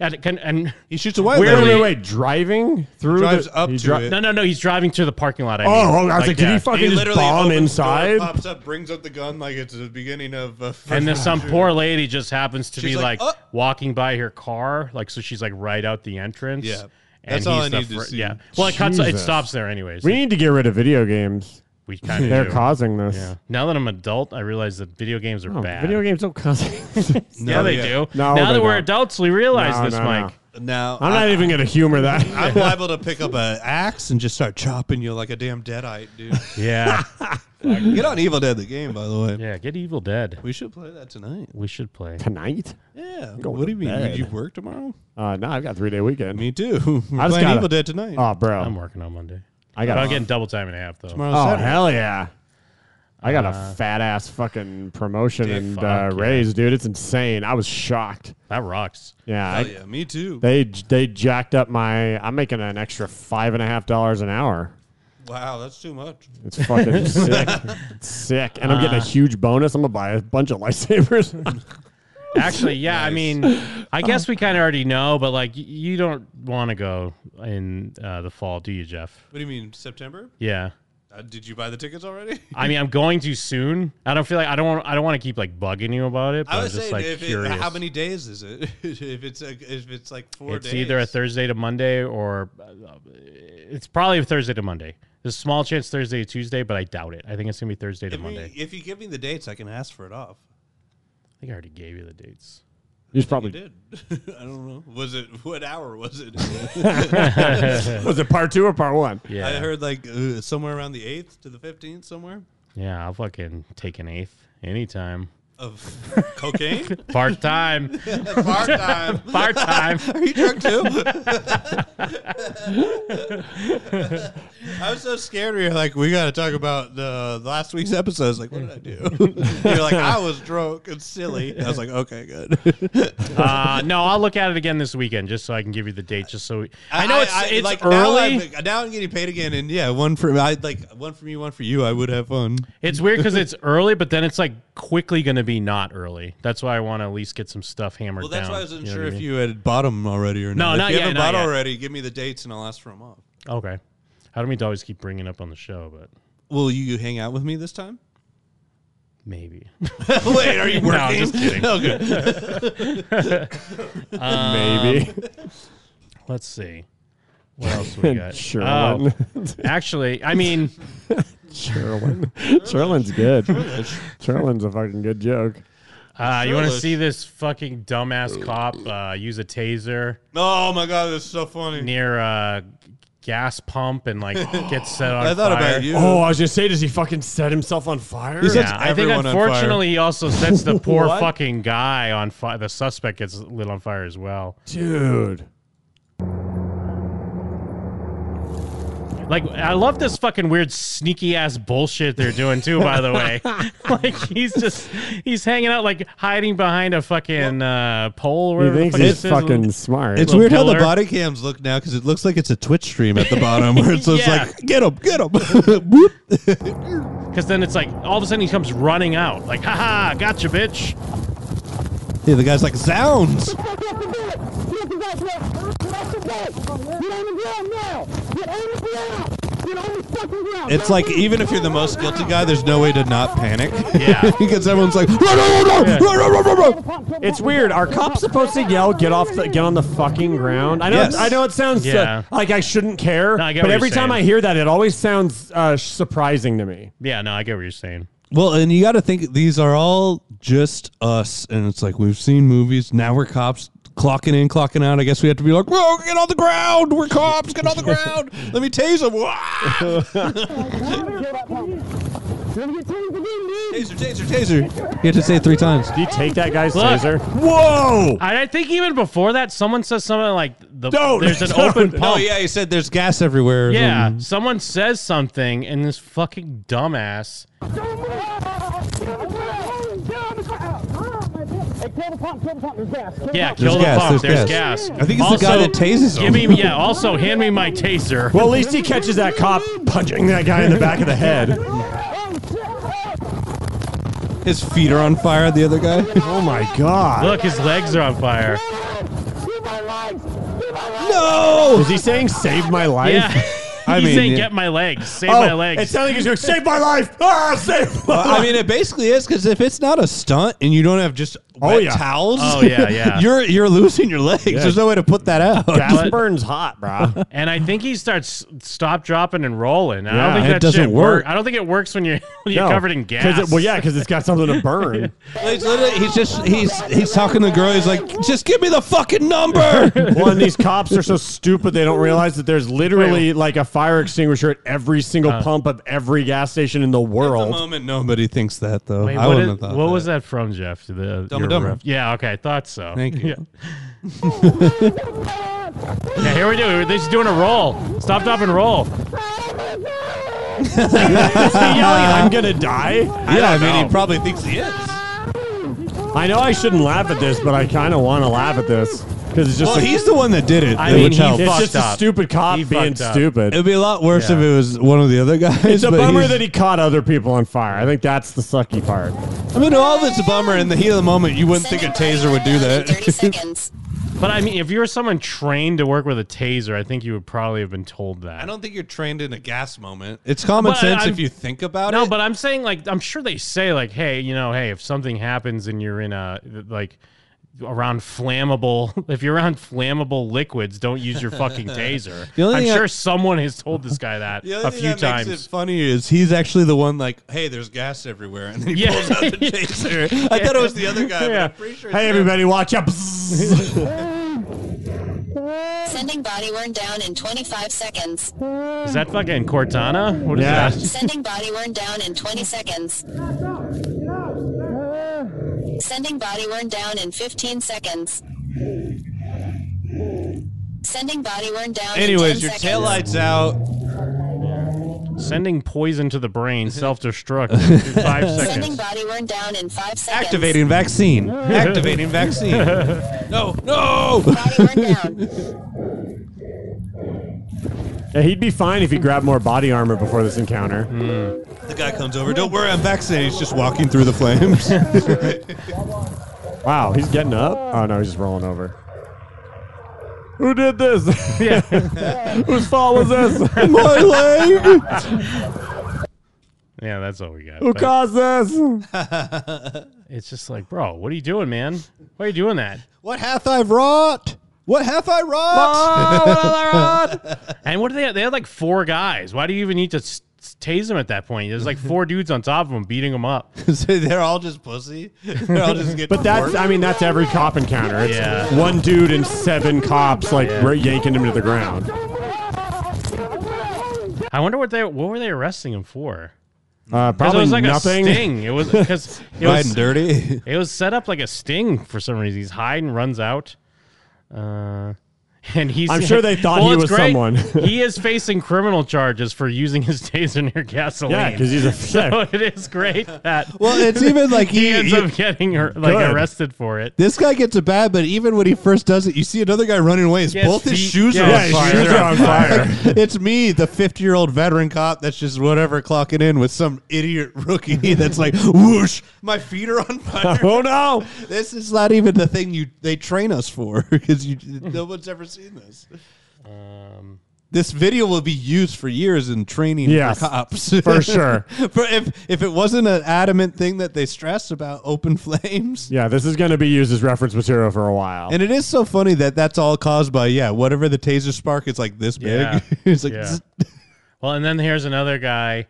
E: and, it can- and
F: he shoots a white
B: Wait, wait,
F: lady.
B: wait, wait, driving through
F: Drives
B: the,
F: up
B: he
F: to
B: dri-
F: it.
E: no, no, no, he's driving through the parking lot. I mean,
B: Oh, I was like, did
E: yeah.
B: he fucking just bomb
F: opens the door,
B: inside?
F: pops up, brings up the gun like it's the beginning of. Uh, first
E: And then
F: person
E: some
F: shooter.
E: poor lady just happens to be
F: She's like,
E: like,
F: "Oh."
E: walking by her car, like so she's like right out the entrance.
F: Yeah.
E: and
F: That's all
E: he's
F: I
E: the
F: need to see.
E: Yeah, well, it cuts. It
B: Jesus.
E: stops there, anyways.
B: We need to get rid of video games.
E: we kind of
B: They're
E: do.
B: causing this.
E: Yeah. Now that I'm adult, I realize that video games are
B: Oh,
E: bad.
B: video games don't cause.
E: yeah, they
F: yeah.
E: do.
B: No,
E: now
B: they
E: that we're
B: don't.
E: adults, we realize
B: No,
E: this,
B: no,
E: Mike.
B: no.
F: Now
B: I'm not
F: I-
B: even gonna humor that.
F: I'm liable to pick up an axe and just start chopping you like a damn deadite, dude.
E: Yeah,
F: Get on Evil Dead the game, by the way.
E: yeah. Get Evil Dead.
F: We should play that tonight.
E: We should play.
B: Tonight?
F: Yeah.
B: Going
F: what do
B: to
F: you mean?
B: bed.
F: You, you work tomorrow?
B: Uh, no, I've got three day weekend.
F: Me too. We're
B: I just
F: playing
B: gotta-
F: Evil Dead tonight.
B: oh, bro,
E: I'm working on Monday.
B: I
E: But
B: got.
E: I'm getting double time and a half though.
F: Tomorrow's
B: oh
F: Saturday.
B: hell yeah! I got a fat ass fucking promotion
E: Dude,
B: and
E: fuck
B: uh,
E: yeah.
B: raise, dude. It's insane. I was shocked.
E: That rocks.
B: Yeah,
F: Hell
B: I-
F: Oh, yeah, me too.
B: they they jacked up my. I'm making an extra five and a half dollars an hour.
F: wow, that's too much.
B: It's fucking sick. It's sick, and I'm getting a huge bonus. I'm gonna buy a bunch of lightsabers.
E: Actually, yeah. I mean, I guess we kind of already know, but like, y- you don't want to go in uh, the fall, do you, Jeff?
F: What do you mean, September?
E: Yeah.
F: Uh, did you buy the tickets already?
E: I mean, I'm going to soon. I don't feel like I don't. Want, I don't want to keep like bugging you about it. But
F: I
E: I
F: was
E: was just
F: saying,
E: like
F: if it,
E: curious.
F: how many days is it? if it's like, if it's like four
E: it's
F: days,
E: either a Thursday to Monday or uh, it's probably a Thursday to Monday. There's a small chance Thursday to Tuesday, but I doubt it. I think it's gonna be Thursday to
F: If e you,
E: Monday.
F: if you give me the dates, I can ask for it off.
E: I think I already gave you the dates.
B: He's
F: You
B: probably
F: did. I don't know. Was it what hour was it?
B: was it part two or part one?
E: Yeah,
F: I heard like uh, somewhere around the eighth to the fifteenth, somewhere
E: yeah. I'll fucking take an eighth anytime.
F: of cocaine
E: Part time,
F: part time.
E: part time.
F: Are you drunk too? I was so scared. We were like, we got to talk about the last week's episode. I was like, what did I do? You're like, I was drunk and silly. I was like, okay, good.
E: Uh, no, I'll look at it again this weekend just so I can give you the date. Just so we, I know it's it's
F: like, Now
E: early.
F: I'm, now I'm getting paid again, and yeah, one for I like one for me, one for you. I would have fun.
E: It's weird because it's early, but then it's like quickly going to be not early. That's why I want to at least get some stuff hammered
F: Well, that's
E: down.
F: why I wasn't
E: You know
F: sure
E: what
F: if
E: mean?
F: you had bought them already or
E: No,
F: not.
E: not
F: if you
E: yet,
F: haven't
E: not
F: bought
E: yet.
F: already, give me the dates and I'll ask for them off.
E: Okay. How do we always keep bringing up on the show? But
F: Will you hang out with me this time?
E: maybe.
F: Wait, are you working?
E: No, I'm just kidding.
F: okay.
B: Maybe
E: Um, Let's see. What else we got? Oh,
B: Sherlin.
E: actually, I mean,
B: Sherlin. Sherlin's good. Sherlin's a fucking good joke.
E: uh, you want to see this fucking dumbass cop uh, use a taser
F: Oh my god, that's so funny.
E: near a gas pump and like get set on
F: I thought
E: fire.
F: about you.
B: Oh, I was gonna say, does he fucking set himself on fire?
F: He said-
E: Yeah, I think
F: everyone on fire.
E: unfortunately he also sets the poor
B: What?
E: fucking guy on fire. The suspect gets lit on fire as well.
B: dude.
E: Like I love this fucking weird sneaky ass bullshit they're doing too. By the way, like he's just he's hanging out like hiding behind a fucking uh, pole. Or
B: He
E: whatever the
B: thinks
E: fuck
B: he's
E: this is.
B: fucking smart.
F: It's
E: Little
F: weird how the
E: pillar.
F: body cams look now because it looks like it's a Twitch stream at the bottom where it's just
E: Yeah.
F: like, get him, get him. Boop.
E: Because then it's like all of a sudden he comes running out. Like haha, gotcha, bitch.
F: yeah, the guy's like, sounds. It's like, even if you're the most guilty guy, there's no way to not panic.
E: Yeah.
F: because everyone's like, run, run, run, run, run, run, run, run, run.
B: It's weird. Are cops supposed to yell, "Get off, the, get on the fucking ground"? I know.
F: Yes.
B: I know it sounds uh,
E: Yeah.
B: like I shouldn't care,
E: No, I get
B: but
E: what you're
B: every time I
E: saying.
B: hear that, it always sounds uh, surprising to me.
E: Yeah, no, I get what you're saying.
F: Well, and you got to think these are all just us, and it's like we've seen movies. Now we're cops, clocking in, clocking out. I guess we have to be like, "Whoa, get on the ground! We're cops, get on the ground! Let me tase him!" Taser, taser, taser. You have to say it three times.
B: Do you take that guy's
E: Look.
B: taser?
F: Whoa!
E: And I think even before that, someone says something like, the,
F: Don't.
E: "There's an
F: Don't.
E: open pump."
F: Oh yeah, you said there's gas everywhere.
E: Yeah,
B: Mm-hmm.
F: Mm.
E: someone says something, and this fucking dumbass. Yeah, kill the
F: gas,
E: pump. There's
F: there's
E: gas.
F: gas. I think it's the guy that tases
E: Give me,
F: him.
E: yeah. Also, hand me my taser.
B: Well, at least he catches that cop punching that guy in the back of the head.
F: His feet are on fire. The other guy.
B: Oh my god.
E: Look, his legs are on fire.
F: no.
B: Oh, Is he saying save my life?
E: Yeah,
F: I
E: he's
F: mean,
E: saying,
F: yeah.
E: "Get my legs, save
B: Oh,
E: my legs."
B: It sounds like he's going, save my life! Ah, save my
F: I mean, it basically is because if it's not a stunt and you don't have just wet
B: Oh, yeah.
F: towels,
E: Oh, yeah, yeah.
F: you're you're losing your legs. There's no way to put that out.
B: Gas
E: but-
B: burns hot, bro.
E: And I think he starts stop dropping and rolling. I don't
B: Yeah.
E: think
F: It
E: that
F: doesn't
E: shit
F: work.
E: I don't think it works when you're when you're
B: No.
E: covered in
B: 'Cause
E: gas.
B: It, well, yeah, because it's got something to burn.
F: He's, literally- he's just he's he's talking to the girl. He's like, just give me the fucking number.
B: well, and these cops are so stupid they don't realize that there's literally like a fire extinguisher at every single pump of every gas station in the
F: At the
B: world.
F: moment, nobody thinks that though.
E: Wait,
F: I
E: what,
F: wouldn't
E: is,
F: have thought.
E: what
F: that.
E: was that from, Jeff? To the
F: Dumb and
E: your
F: Dumber.
E: ref- Yeah, okay, I thought so.
F: Thank you.
E: Yeah. yeah, here we do. He's doing a roll. Stop, drop, and roll.
B: Is he yelling, I'm gonna die?
F: Yeah, I, mean, he probably thinks he is.
B: I know I shouldn't laugh at this, but I kind of want to laugh at this because it's just
F: Well,
B: a-
F: he's the one that did it.
E: I
F: It
E: mean,
F: would
E: he
F: help.
E: did-
B: it's
E: fucked
B: just
E: up.
B: a stupid cop
E: He
B: being
E: fucked up.
B: stupid.
F: It'd be a lot worse
E: Yeah.
F: if it was one of the other guys.
B: It's a
F: but
B: bummer
F: he's-
B: that he caught other people on fire. I think that's the sucky part.
F: I mean, all of it's a bummer. In the heat of the moment, you wouldn't think a taser would do that.
J: seconds.
E: But I mean, if you were someone trained to work with a taser, I think you would probably have been told that.
F: I don't think you're trained in a gas moment. It's common
E: But
F: sense
E: I'm-
F: if you think about
E: No,
F: it.
E: but I'm saying like I'm sure they say like, hey, you know, hey, if something happens and you're in a like around flammable, if you're around flammable liquids, don't use your fucking taser.
F: The only
E: I'm
F: thing I-
E: sure someone has told this guy that
F: the
E: a
F: other thing
E: few
F: that makes
E: times.
F: it funny is he's actually the one like, "Hey, there's gas everywhere," and then he
E: Yeah.
F: pulls out the taser. I thought it was the other guy,
E: Yeah.
F: but I'm pretty sure. it's
B: Hey,
F: him.
B: everybody, watch out!
J: Sending bodyworn down in 25 seconds.
E: Is that fucking Cortana? What is
B: Yeah.
E: that?
J: Sending bodyworn down in 20 seconds. Sending bodyworn down in 15 seconds. Sending bodyworn down in 10
F: Anyways, your
J: seconds.
F: taillights out.
E: Sending poison to the brain, self-destruct in five
J: Sending
E: seconds.
J: bodyworn down in 5 seconds.
F: Activating vaccine. Activating vaccine. No, no.
J: Bodyworn down.
B: Yeah, he'd be fine if he grabbed more body armor before this encounter.
F: The guy comes over. Don't worry, I'm vaccinated. He's just walking through the flames.
B: Wow, he's getting up. Oh no, he's just rolling over. Who did this? Yeah. Whose fault was this?
F: My leg.
E: Yeah, that's all we got.
B: Who
E: But
B: caused this?
E: It's just like, bro, what are you doing, man? Why are you doing that?
F: What hath I wrought? What hath I wrought?
B: Oh, what other
E: And what do they? They had like four guys. Why do you even need to s- s- tase them at that point? There's like four dudes on top of them beating them up.
F: So they're all just pussy. They're all just getting
B: But that's,
F: worked?
B: I mean, that's every cop encounter. It's
E: Yeah.
B: one dude and seven cops, like, re- yanking him to the ground.
E: I wonder what they what were they arresting him for?
B: Uh,
E: 'Cause
B: probably
E: it was like
B: nothing.
E: a sting. It was because it
F: riding
E: was
F: dirty.
E: it was set up like a sting for some reason. He's hide and runs out. Uh, and he's.
B: I'm sure they thought
E: Well,
B: he
E: it's
B: was
E: great.
B: someone.
E: he is facing criminal charges for using his taser near gasoline.
B: Yeah, because he's a
E: so it is great that
F: Well, it's even like
E: he,
F: he,
E: ends
F: he-
E: up getting ar- like
B: Good.
E: arrested for it.
F: this guy gets a bad, but even when he first does it, you see another guy running away. His,
E: Yes,
F: both his
E: feet-
F: shoes
E: yeah,
F: are
B: yeah,
F: on
B: his
F: fire.
B: shoes are on fire.
F: it's me, the 50 year old veteran cop that's just whatever clocking in with some idiot rookie that's like, whoosh, my feet are on fire.
B: oh, no.
F: This is not even the thing you they train us for because you no one's ever seen this.
E: Um,
F: This video will be used for years in training
B: Yes,
F: for cops
B: for sure.
F: for if if it wasn't an adamant thing that they stress about open flames.
B: Yeah, this is going to be used as reference material for a while.
F: And it is so funny that that's all caused by yeah whatever the taser spark is like this big.
E: Yeah.
F: it's like
E: Yeah.
F: zzz.
E: Well, and then here's another guy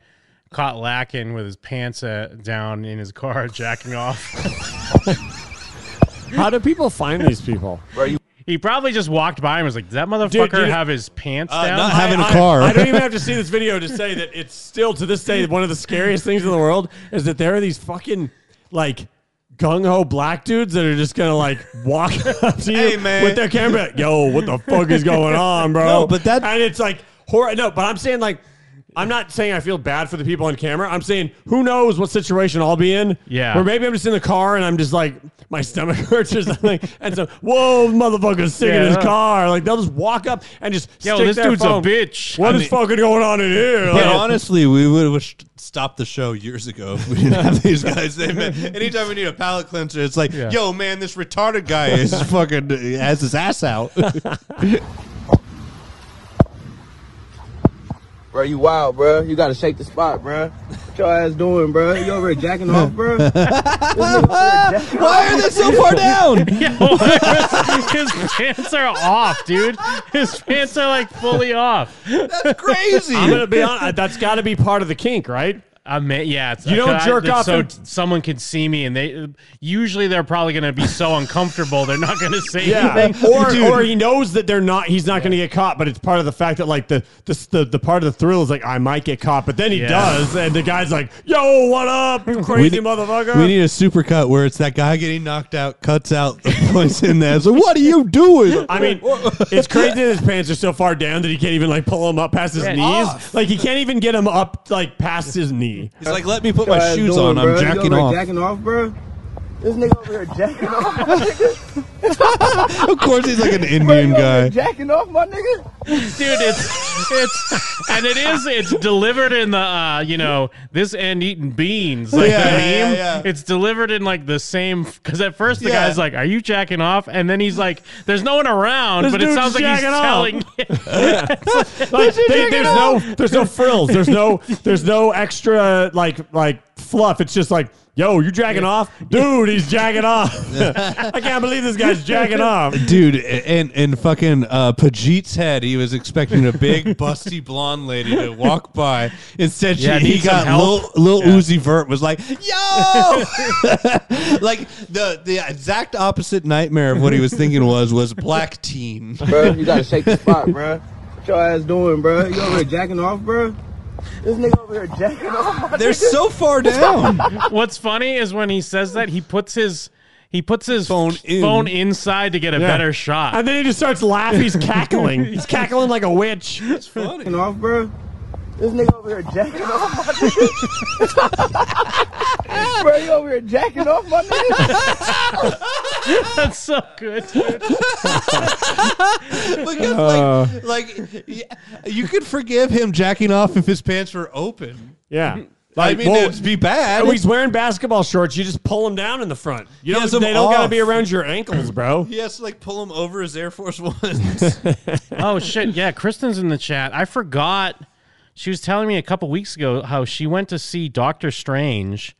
E: caught lacking with his pants uh, down in his car, jacking off.
B: How do people find these people?
E: He probably just walked by and was like, "Does that motherfucker
B: dude- Uh,
E: have his pants down?"
F: not having a
B: I-
F: car.
B: I, don't even have to see this video to say that it's still to this day one of the scariest things in the world is that there are these fucking like gung ho black dudes that are just gonna like walk up to you
F: Hey, man.
B: with their camera. like, Yo, what the fuck is going on, bro?
F: No, but that-
B: and it's like horror. No, but I'm saying like. I'm not saying I feel bad for the people on camera. I'm saying who knows what situation I'll be in.
E: Yeah.
B: Or maybe I'm just in the car and I'm just like my stomach hurts or something. And so, whoa, motherfucker's sick in
E: Yeah.
B: his car. Like they'll just walk up and just
E: Yo,
B: stick
E: this
B: their
E: dude's a
B: phone.
E: bitch.
B: What
E: I
B: is
E: mean-
B: fucking going on in here?
F: But
B: Like,
F: honestly, we would have stopped the show years ago if we didn't have these guys. They man, anytime we need a palate cleanser, it's like,
E: Yeah.
F: yo, man, this retarded guy is fucking has his ass out.
K: Bro, you wild, bro. You gotta shake the spot, bro. What your ass doing, bro? You over here jacking off, bro?
F: Ah, Why are they so far down?
E: his pants are off, dude. His pants are like fully off.
F: Crazy.
B: I'm gonna be honest. That's got to be part of the kink, right?
E: I mean, yeah, it's,
B: You don't
E: I-
B: jerk
E: it's
B: off
E: so
B: in-
E: someone can see me, and they usually they're probably gonna be so uncomfortable they're not gonna say
B: Yeah,
E: anything.
B: or
F: Dude.
B: or he knows that they're not. He's not going to get caught, but it's part of the fact that like the the, the the part of the thrill is like I might get caught, but then he
E: Yeah.
B: does, and the guy's like, "Yo, what up, you crazy
F: need-
B: motherfucker?"
F: We need a super cut where it's that guy getting knocked out, cuts out the points in there. So what are you doing?
B: I mean, it's crazy that his pants are so far down that he can't even like pull them up past his
E: Yeah.
B: knees. Like he can't even get them up like past his knee.
F: He's like, let me put
K: What your
F: my
K: ass
F: shoes
K: doing,
F: on.
K: bro?
F: I'm jacking
K: you over
F: off.
K: here Jacking off, bro. This nigga over here jacking off, my nigga.
F: of course, he's like an
K: Bro, you
F: Indian
K: over here
F: guy.
K: jacking off, my nigga.
E: dude it's it's and it is it's delivered in the uh you know this and eating beans like
F: Yeah,
E: the
F: yeah,
E: meme
F: yeah.
E: it's delivered in like the same because at first the
F: Yeah.
E: guy's like are you jacking off and then he's like there's no one around
B: This
E: but it
B: dude's
E: sounds like he's
B: jacking off.
E: telling
B: Like, they- there's no there's no frills. There's no there's no extra like like fluff. It's just like, yo, you jacking off? Dude, he's jacking off. I can't believe this guy's jacking off.
F: Dude, and and fucking uh, Pajit's head, he was expecting a big busty blonde lady to walk by. Instead, she
E: Yeah,
F: he
E: need some
F: got
E: help.
F: Lil, Lil Uzi Vert was like, "Yo!" like the the exact opposite nightmare of what he was thinking was was black teen.
K: Bro, you gotta shake the spot, bro. What your ass doing, bro? You over here jacking off, bro? This nigga over here jacking off, my
F: They're so far
E: Uh.
F: down.
E: what's funny is when he says that he puts his he puts his
F: Phone in.
E: phone inside to get a better shot
B: And then he just starts laughing. He's cackling. He's cackling like a witch.
K: jacking off, bro. This nigga over here jacking off, my nigga. bro, you over here jacking off, my nigga.
E: that's so good dude.
F: because like, like y- you could forgive him jacking off if his pants were open.
B: Yeah.
F: I mean,
B: well,
F: it'd be bad.
B: and he's wearing basketball shorts. You just pull him down in the front. You don't,
F: has 'em
B: they don't gotta
F: off.
B: be around your ankles, bro.
F: He has to like pull him over his Air Force Ones.
E: oh shit yeah kristen's in the chat i forgot she was telling me a couple weeks ago how she went to see doctor strange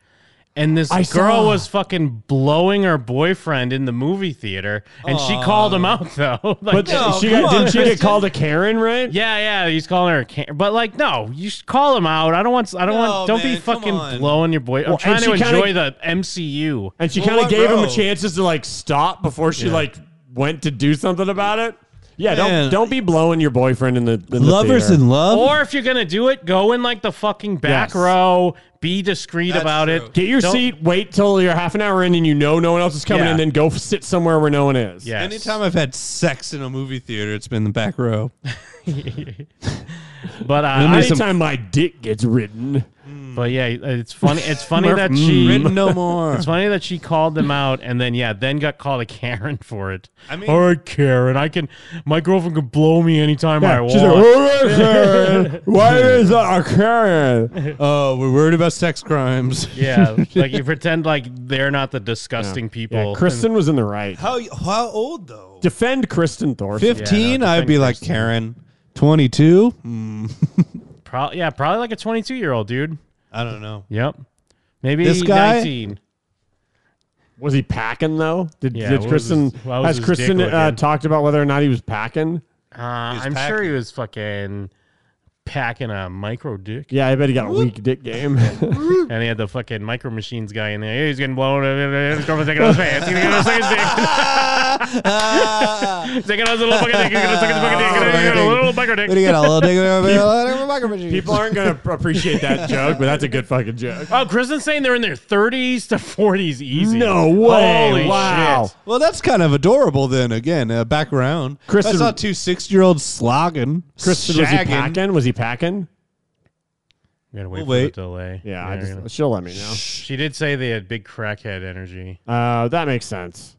E: and this
B: I
E: girl
B: saw.
E: was fucking blowing her boyfriend in the movie theater and she called him out though
B: But
E: like
B: she got,
F: come on,
B: didn't she get called a Karen, right?
E: yeah yeah he's calling her a can- but like no you should call him out i don't want i don't
F: No,
E: want don't be
F: man, come
E: fucking
F: on.
E: blowing your boy i'm
B: Well,
E: trying
B: and
E: to
B: she kinda-
E: enjoy the mcu
B: And she
F: Well,
B: kind of
F: what
B: gave him
F: row?
B: chances to like stop before she like went to do something about it. Yeah,
F: Man.
B: don't don't be blowing your boyfriend in the in the
F: Lovers
B: theater.
F: in love.
E: or if you're gonna do it go in like the fucking back
B: Yes.
E: row be discreet
F: That's
E: about
F: true.
E: it
B: Get your
E: Don't-
B: seat. Wait till you're half an hour in, and you know no one else is coming,
E: Yeah.
B: and then go f- sit somewhere where no one is.
E: Yes.
F: Anytime I've had sex in a movie theater, it's been the back row.
E: but uh, I,
B: Anytime my dick gets ridden,
E: But yeah, it's funny. It's funny
B: Murph,
E: that
B: mm,
E: she.
F: Written no more.
E: It's funny that she called them out and then yeah, then got called a Karen for it. I
F: mean-
E: all right, Karen, I can. My girlfriend can blow me anytime I want.
B: she's like, "Who is Karen? Why is that a Karen?"
F: Oh, we're worried about sex crimes.
E: yeah, like you pretend like they're not the disgusting people.
B: Yeah, Kristen was in the right.
F: How how old though?
B: Defend Kristen Thorson.
F: Fifteen,
E: Yeah, no,
F: I'd be like Karen. Twenty-two.
E: And pro- yeah, probably like a 22 year old dude.
F: I don't know.
E: Yep, maybe
F: This guy?
E: 19.
B: Was he packing though? Did,
E: Yeah,
B: did
E: what was
B: Kristen
E: his- what was
B: has
E: his
B: Kristen
E: dick
B: uh,
E: looking?
B: talked about whether or not he was packing?
E: Uh, I'm sure he was fucking packing a micro dick.
B: Yeah, I bet he got a weak dick game.
E: and he had the fucking micro machines guy in there. Hey, he's getting blown. His girlfriend's taking out his pants. He's gonna suck his
F: Ah.
E: dick. He's taking out his little fucking dick. He's gonna suck his fucking dick. He's gonna get a little micro dick.
B: What do you got, a little dick?
E: People
B: People aren't going to appreciate that joke, but that's a good fucking joke.
E: Oh, Kristen's saying they're in their 30s to 40s easy.
B: No way.
E: Holy
B: wow.
E: shit.
F: Well, that's kind of adorable. Then again, uh, back around.
B: Kristen-
F: I saw two six-year-olds slogging.
B: Kristen, was he
F: shagging.
B: packing? Was he packing?
E: We gotta wait
F: We'll
E: for
F: wait.
E: the delay.
B: Yeah, I
E: They're
B: just,
E: gonna-
B: she'll let me know.
E: She did say they had big crackhead energy.
B: Uh, that makes sense.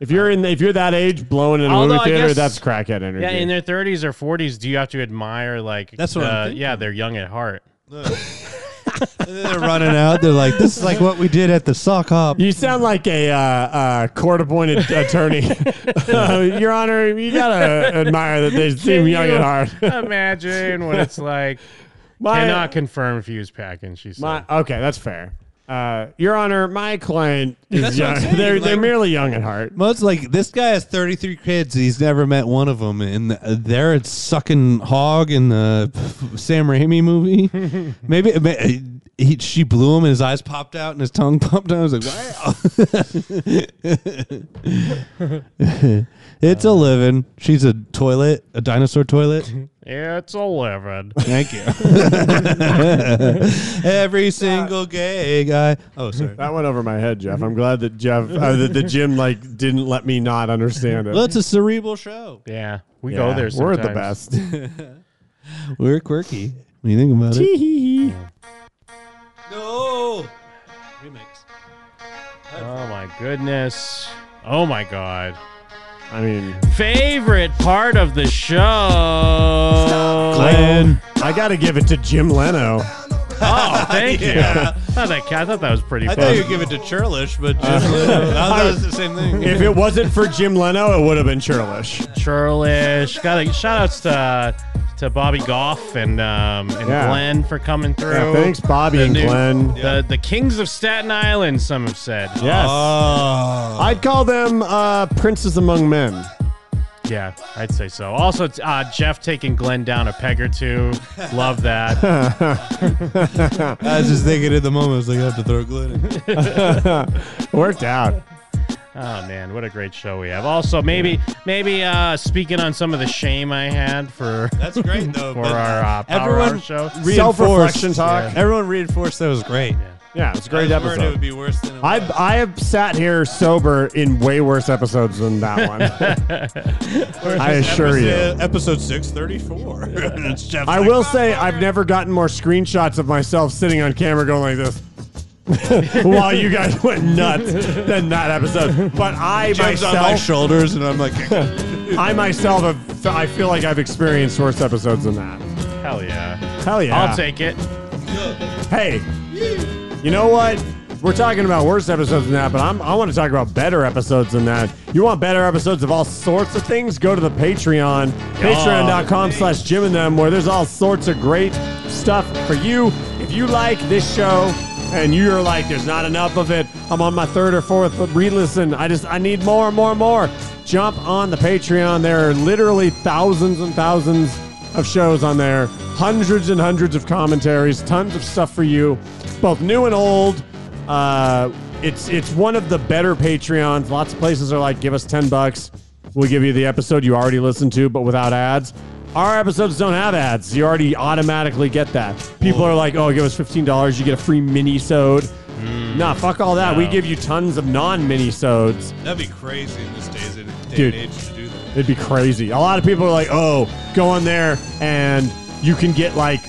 B: If you're in, if you're that age, blowing in a
E: Although
B: movie
E: I
B: theater,
E: guess-
B: that's crackhead energy.
E: Yeah, in their 30s or 40s, do you have to admire like
F: That's what I'm
E: the-
F: thinking.
E: Yeah, they're young at heart.
F: And then they're running out. They're like, "This is like what we did at the sock hop."
B: you sound like a uh, uh, court-appointed attorney, Uh, Your Honor. You gotta admire that they seem
E: Can
B: young
E: you
B: at heart.
E: Imagine what it's like.
B: My-
E: Cannot confirm if he was packing. She said.
B: My, okay, that's fair. Uh, Your Honor, my client is
F: That's what
B: young.
F: I'm saying,
B: They're they're
F: like-
B: merely young at heart.
F: Well, it's like this guy has 33 kids. He's never met one of them, and they're a sucking hog in the Sam Raimi movie. Maybe may- he, she blew him, and his eyes popped out, and his tongue popped out. I was like, "Wow!" it's a living. She's a toilet, a dinosaur toilet.
E: It's eleven.
F: Thank you. Every single gay guy. Oh, sorry.
B: That went over my head, Jeff. I'm glad that Jeff, uh, that the gym like didn't let me not understand it.
F: Well, it's a cerebral show.
E: Yeah, we
B: Yeah,
E: go there.
B: We're
E: Sometimes.
B: at the best.
F: We're quirky. What do you think about it? No.
E: Oh my goodness. Oh my god.
B: I mean,
E: Favorite part of the show.
B: Glenn, I gotta give it to Jim Leno.
E: Oh, thank you. I thought, that, I thought that was pretty
F: I
E: fun.
F: thought you'd give it to Churlish, but just that was the same thing.
B: If it wasn't for Jim Leno, it would have been Churlish.
E: Churlish. Got a shout outs to to Bobby Goff and um and
B: Yeah.
E: Glenn for coming through.
B: Yeah, thanks, Bobby
E: The
B: and
E: new-
B: Glenn.
E: The the kings of Staten Island, some have said.
B: Yes,
F: Oh.
B: Uh, I'd call them uh, princes among men.
E: Yeah, I'd say so. Also, t- uh, Jeff taking Glenn down a peg or two. Love that.
F: I was just thinking at the moment, I was like, I have to throw glue in. it.
B: Worked out.
E: Oh man, what a great show we have. Also, maybe maybe uh, speaking on some of the shame I had for
F: That's great, though.
E: for
F: but
E: our uh, Power
F: everyone
E: Hour show.
F: reinforced-
B: Self-reflection talk.
F: Yeah. Everyone reinforced that was great.
B: Yeah, it's a great
F: I was worried It
B: episode.
F: would be worse than it
B: I've
F: was.
B: I have sat here sober in way worse episodes than that one. I assure you.
F: episode, Episode 634. it's Jeff's
B: I
F: like,
B: will say I've never gotten more screenshots of myself sitting on camera going like this. While you guys went nuts than that episode, but I
F: Jeff's on my
B: myself,
F: shoulders, and I'm like, uh,
B: I myself, have, I feel like I've experienced worse episodes than that.
E: Hell yeah.
B: Hell yeah!
E: I'll take it.
B: Hey, you know what? We're talking about worse episodes than that, but I'm, I want to talk about better episodes than that. You want better episodes of all sorts of things? Go to the Patreon, patreon.com slash Jim and them, where there's all sorts of great stuff for you. If you like this show and you're like, there's not enough of it, I'm on my third or fourth re-listen. I just, I need more and more and more. Jump on the Patreon. There are literally thousands and thousands of shows on there, hundreds and hundreds of commentaries, tons of stuff for you, both new and old. Uh, it's it's one of the better Patreons. Lots of places are like, give us ten bucks, we'll give you the episode you already listened to, but without ads. Our episodes don't have ads. You already automatically get that. People are like, oh, give us fifteen dollars, you get a free mini-sode.
E: Hmm.
B: nah, fuck all that. We give you tons of non-mini-sodes.
F: that'd be crazy in this day's day
B: Dude.
F: and age to do that.
B: It'd be crazy. A lot of people are like, oh, go on there and you can get like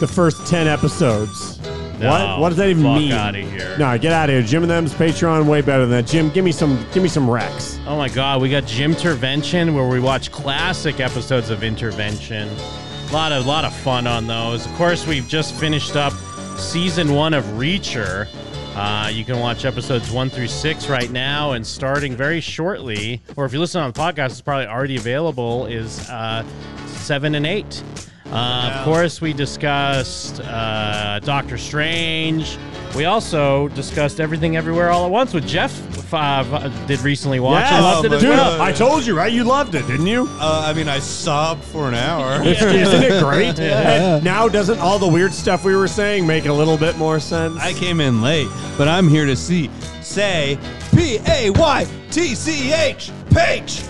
B: the first 10 episodes.
E: No,
B: what? What does that even
E: fuck
B: mean?
E: outta here.
B: No, get out of here. Jim and them's Patreon way better than that. Jim, give me some give me some Rex.
E: Oh my God, we got Jim Intervention where we watch classic episodes of Intervention. A lot of lot of fun on those. Of course, we've just finished up season one of Reacher. Uh, you can watch episodes one through six right now, and starting very shortly, or if you listen on the podcast, it's probably already available. Is uh, seven and eight. Uh, Of course, we discussed uh, Doctor Strange. We also discussed everything everywhere all at once with Jeff. Uh, did recently watch. and loved it as
B: dude,
E: well.
B: I told you, right? You loved it, didn't you?
F: Uh, I mean, I sobbed for an hour.
B: Isn't it great?
F: Yeah.
B: And now doesn't all the weird stuff we were saying make a little bit more sense?
F: I came in late, but I'm here to see. Say P A Y T C H page.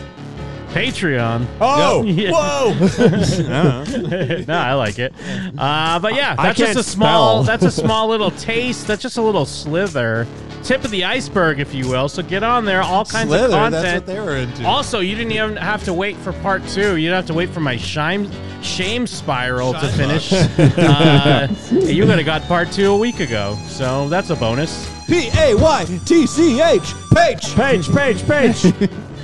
E: Patreon.
B: Oh,
E: Yeah.
B: whoa!
E: no, I like it. Uh, but yeah,
B: I
E: that's just
B: can't
E: a small.
B: spell.
E: that's a small little taste. That's just a little slither, tip of the iceberg, if you will. So get on there, all kinds
F: Slither,
E: of
F: that's
E: content.
F: what they were into.
E: Also, you didn't even have to wait for part two. You don't have to wait for my shame shame spiral to finish. uh, you could have got part two a week ago, so that's a bonus.
F: P A Y T C H page.
B: Page, page, page.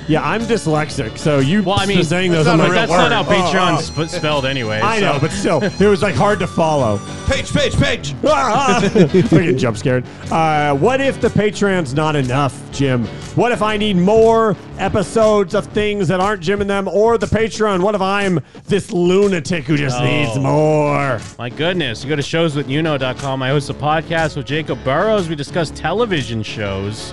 B: yeah, I'm dyslexic, so you
E: Well, I mean,
B: saying those
E: that's,
B: I'm
E: not,
B: like,
E: that's
B: "Word."
E: not how
B: Oh,
E: Patreon
B: oh.
E: sp- spelled anyway.
B: I know,
E: so-
B: but still, it was like hard to follow.
F: Page, page, page.
B: Ah, ah. Freaking jump scared. Uh, what if the Patreon's not enough, Jim? What if I need more episodes of things that aren't Jim and them or the Patreon? What if I'm this lunatic who just
E: No.
B: needs more?
E: My goodness. You go to showswithyouno.com. I host a podcast with Jacob Burrows. We discuss television shows.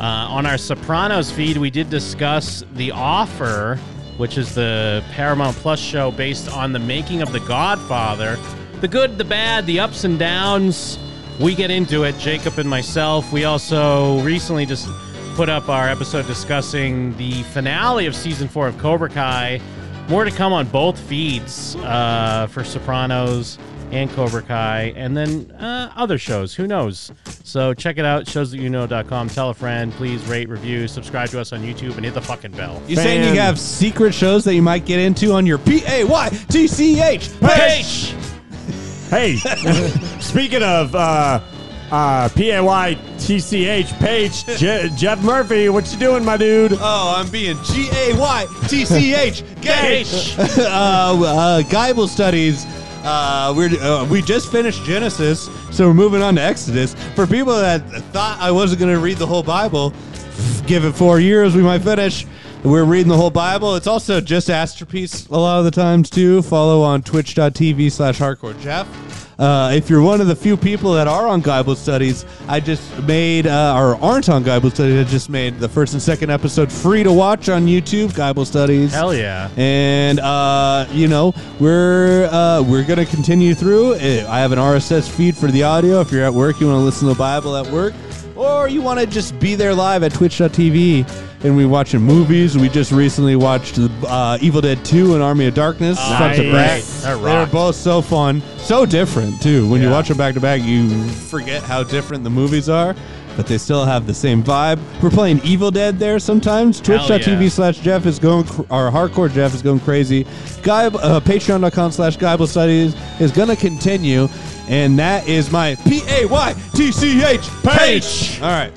E: Uh, on our Sopranos feed, we did discuss The Offer, which is the Paramount Plus show based on the making of The Godfather. The good, the bad, the ups and downs. We get into it, Jacob and myself. We also recently just put up our episode discussing the finale of season four of Cobra Kai. More to come on both feeds uh, for Sopranos and Cobra Kai, and then uh, other shows. Who knows? So check it out, showsthatyouknow.com. Tell a friend. Please rate, review, subscribe to us on YouTube, and hit the fucking bell.
F: You saying
B: Fan.
F: you have secret shows that you might get into on your P A Y T C H page?
B: Hey, speaking of uh, uh, P A Y T C H Page, Je- Jeff Murphy, what you doing, my dude?
F: Oh, I'm being G A Y T C H gay.
E: Gage.
F: uh, uh, Geibel studies. Uh, we're, uh, we just finished Genesis, so we're moving on to Exodus. For people that thought I wasn't going to read the whole Bible, give it four years, we might finish. We're reading the whole Bible. It's also just Astropiece a lot of the times, too. Follow on twitch.tv slash hardcore Jeff. Uh, if you're one of the few people that are on Bible studies, I just made uh, or aren't on Bible studies. I just made the first and second episode free to watch on YouTube. Bible studies,
E: Hell yeah.
F: and uh, you know we're uh, we're gonna continue through. Eh, I have an RSS feed for the audio. If you're at work, you want to listen to the Bible at work, or you want to just be there live at Twitch.tv. And we watching movies. We just recently watched uh, Evil Dead Two and Army of Darkness. Sons of
E: Nice.
F: Brat.
E: That
F: They
E: rocked.
F: were both so fun, so different too. When you
E: Yeah.
F: watch them back to back, you forget how different the movies are, but they still have the same vibe. We're playing Evil Dead there sometimes.
E: Hell
F: Twitch.tv
E: yeah.
F: slash Jeff is going, cr- or hardcore Jeff is going crazy. Guy, uh, Patreon.com slash Guyble Studies is going to continue, and that is my P A Y T C H page. All right.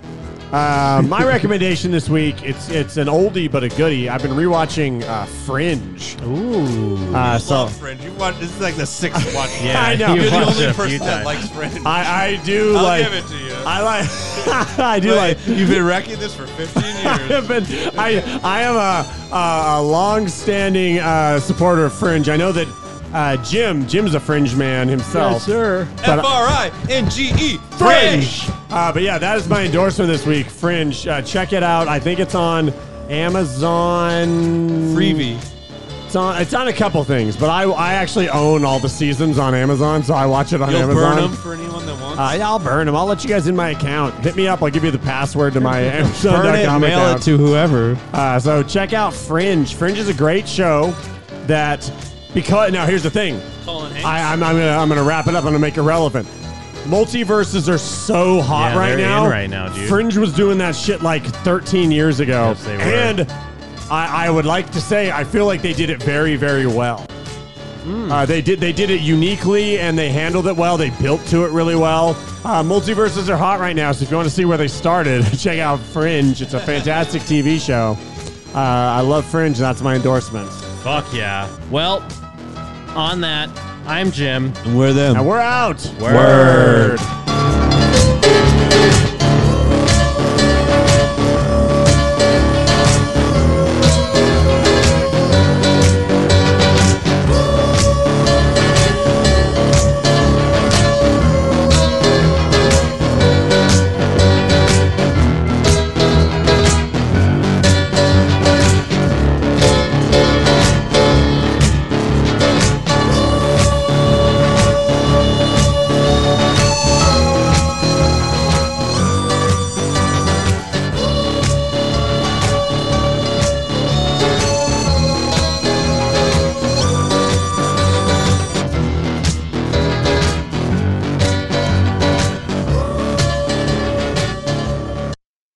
B: Uh, my recommendation this week it's it's an oldie but a goodie. I've been rewatching uh, Fringe.
E: Ooh.
B: Uh, so
F: Fringe, you watch. This is like the sixth watch.
E: Yeah,
B: I know.
E: you
B: You're the
E: watched
B: only
E: it a few times.
F: Fringe.
B: I, I do like
F: to you.
B: I like I do like
F: You've been wrecking this for 15
B: I have been. I I am a a, a long-standing uh, supporter of Fringe. I know that uh, Jim Jim's a Fringe man himself.
E: sir.
B: But-
F: I N G E
B: Uh, but yeah, that is my endorsement this week. Fringe. Uh, check it out. I think it's on Amazon.
F: Freebie.
B: It's on, it's on a couple things, but I, I actually own all the seasons on Amazon, so I watch it on
F: You'll
B: Amazon.
F: burn them for anyone that wants.
B: Uh, yeah, I'll burn them. I'll let you guys in my account. Hit me up. I'll give you the password to my Amazon.com account.
F: to whoever.
B: Uh, so check out Fringe. Fringe is a great show that because now here's the thing. I, I'm, I'm gonna I'm gonna wrap it up. I'm gonna make it relevant. Multiverses are so hot
E: Yeah,
B: right
E: they're
B: now.
E: in right now, dude.
B: Fringe was doing that shit like 13 years ago,
E: Yes, they were.
B: and I, I would like to say I feel like they did it very very well. Uh, they did they did it uniquely and they handled it well. They built to it really well. Uh, multiverses are hot right now, so if you want to see where they started, check out Fringe. It's a fantastic TV show. Uh, I love Fringe. and That's my endorsement.
E: Fuck yeah. Well, on that, I'm Jim.
F: And we're them.
B: Now we're out.
E: Word.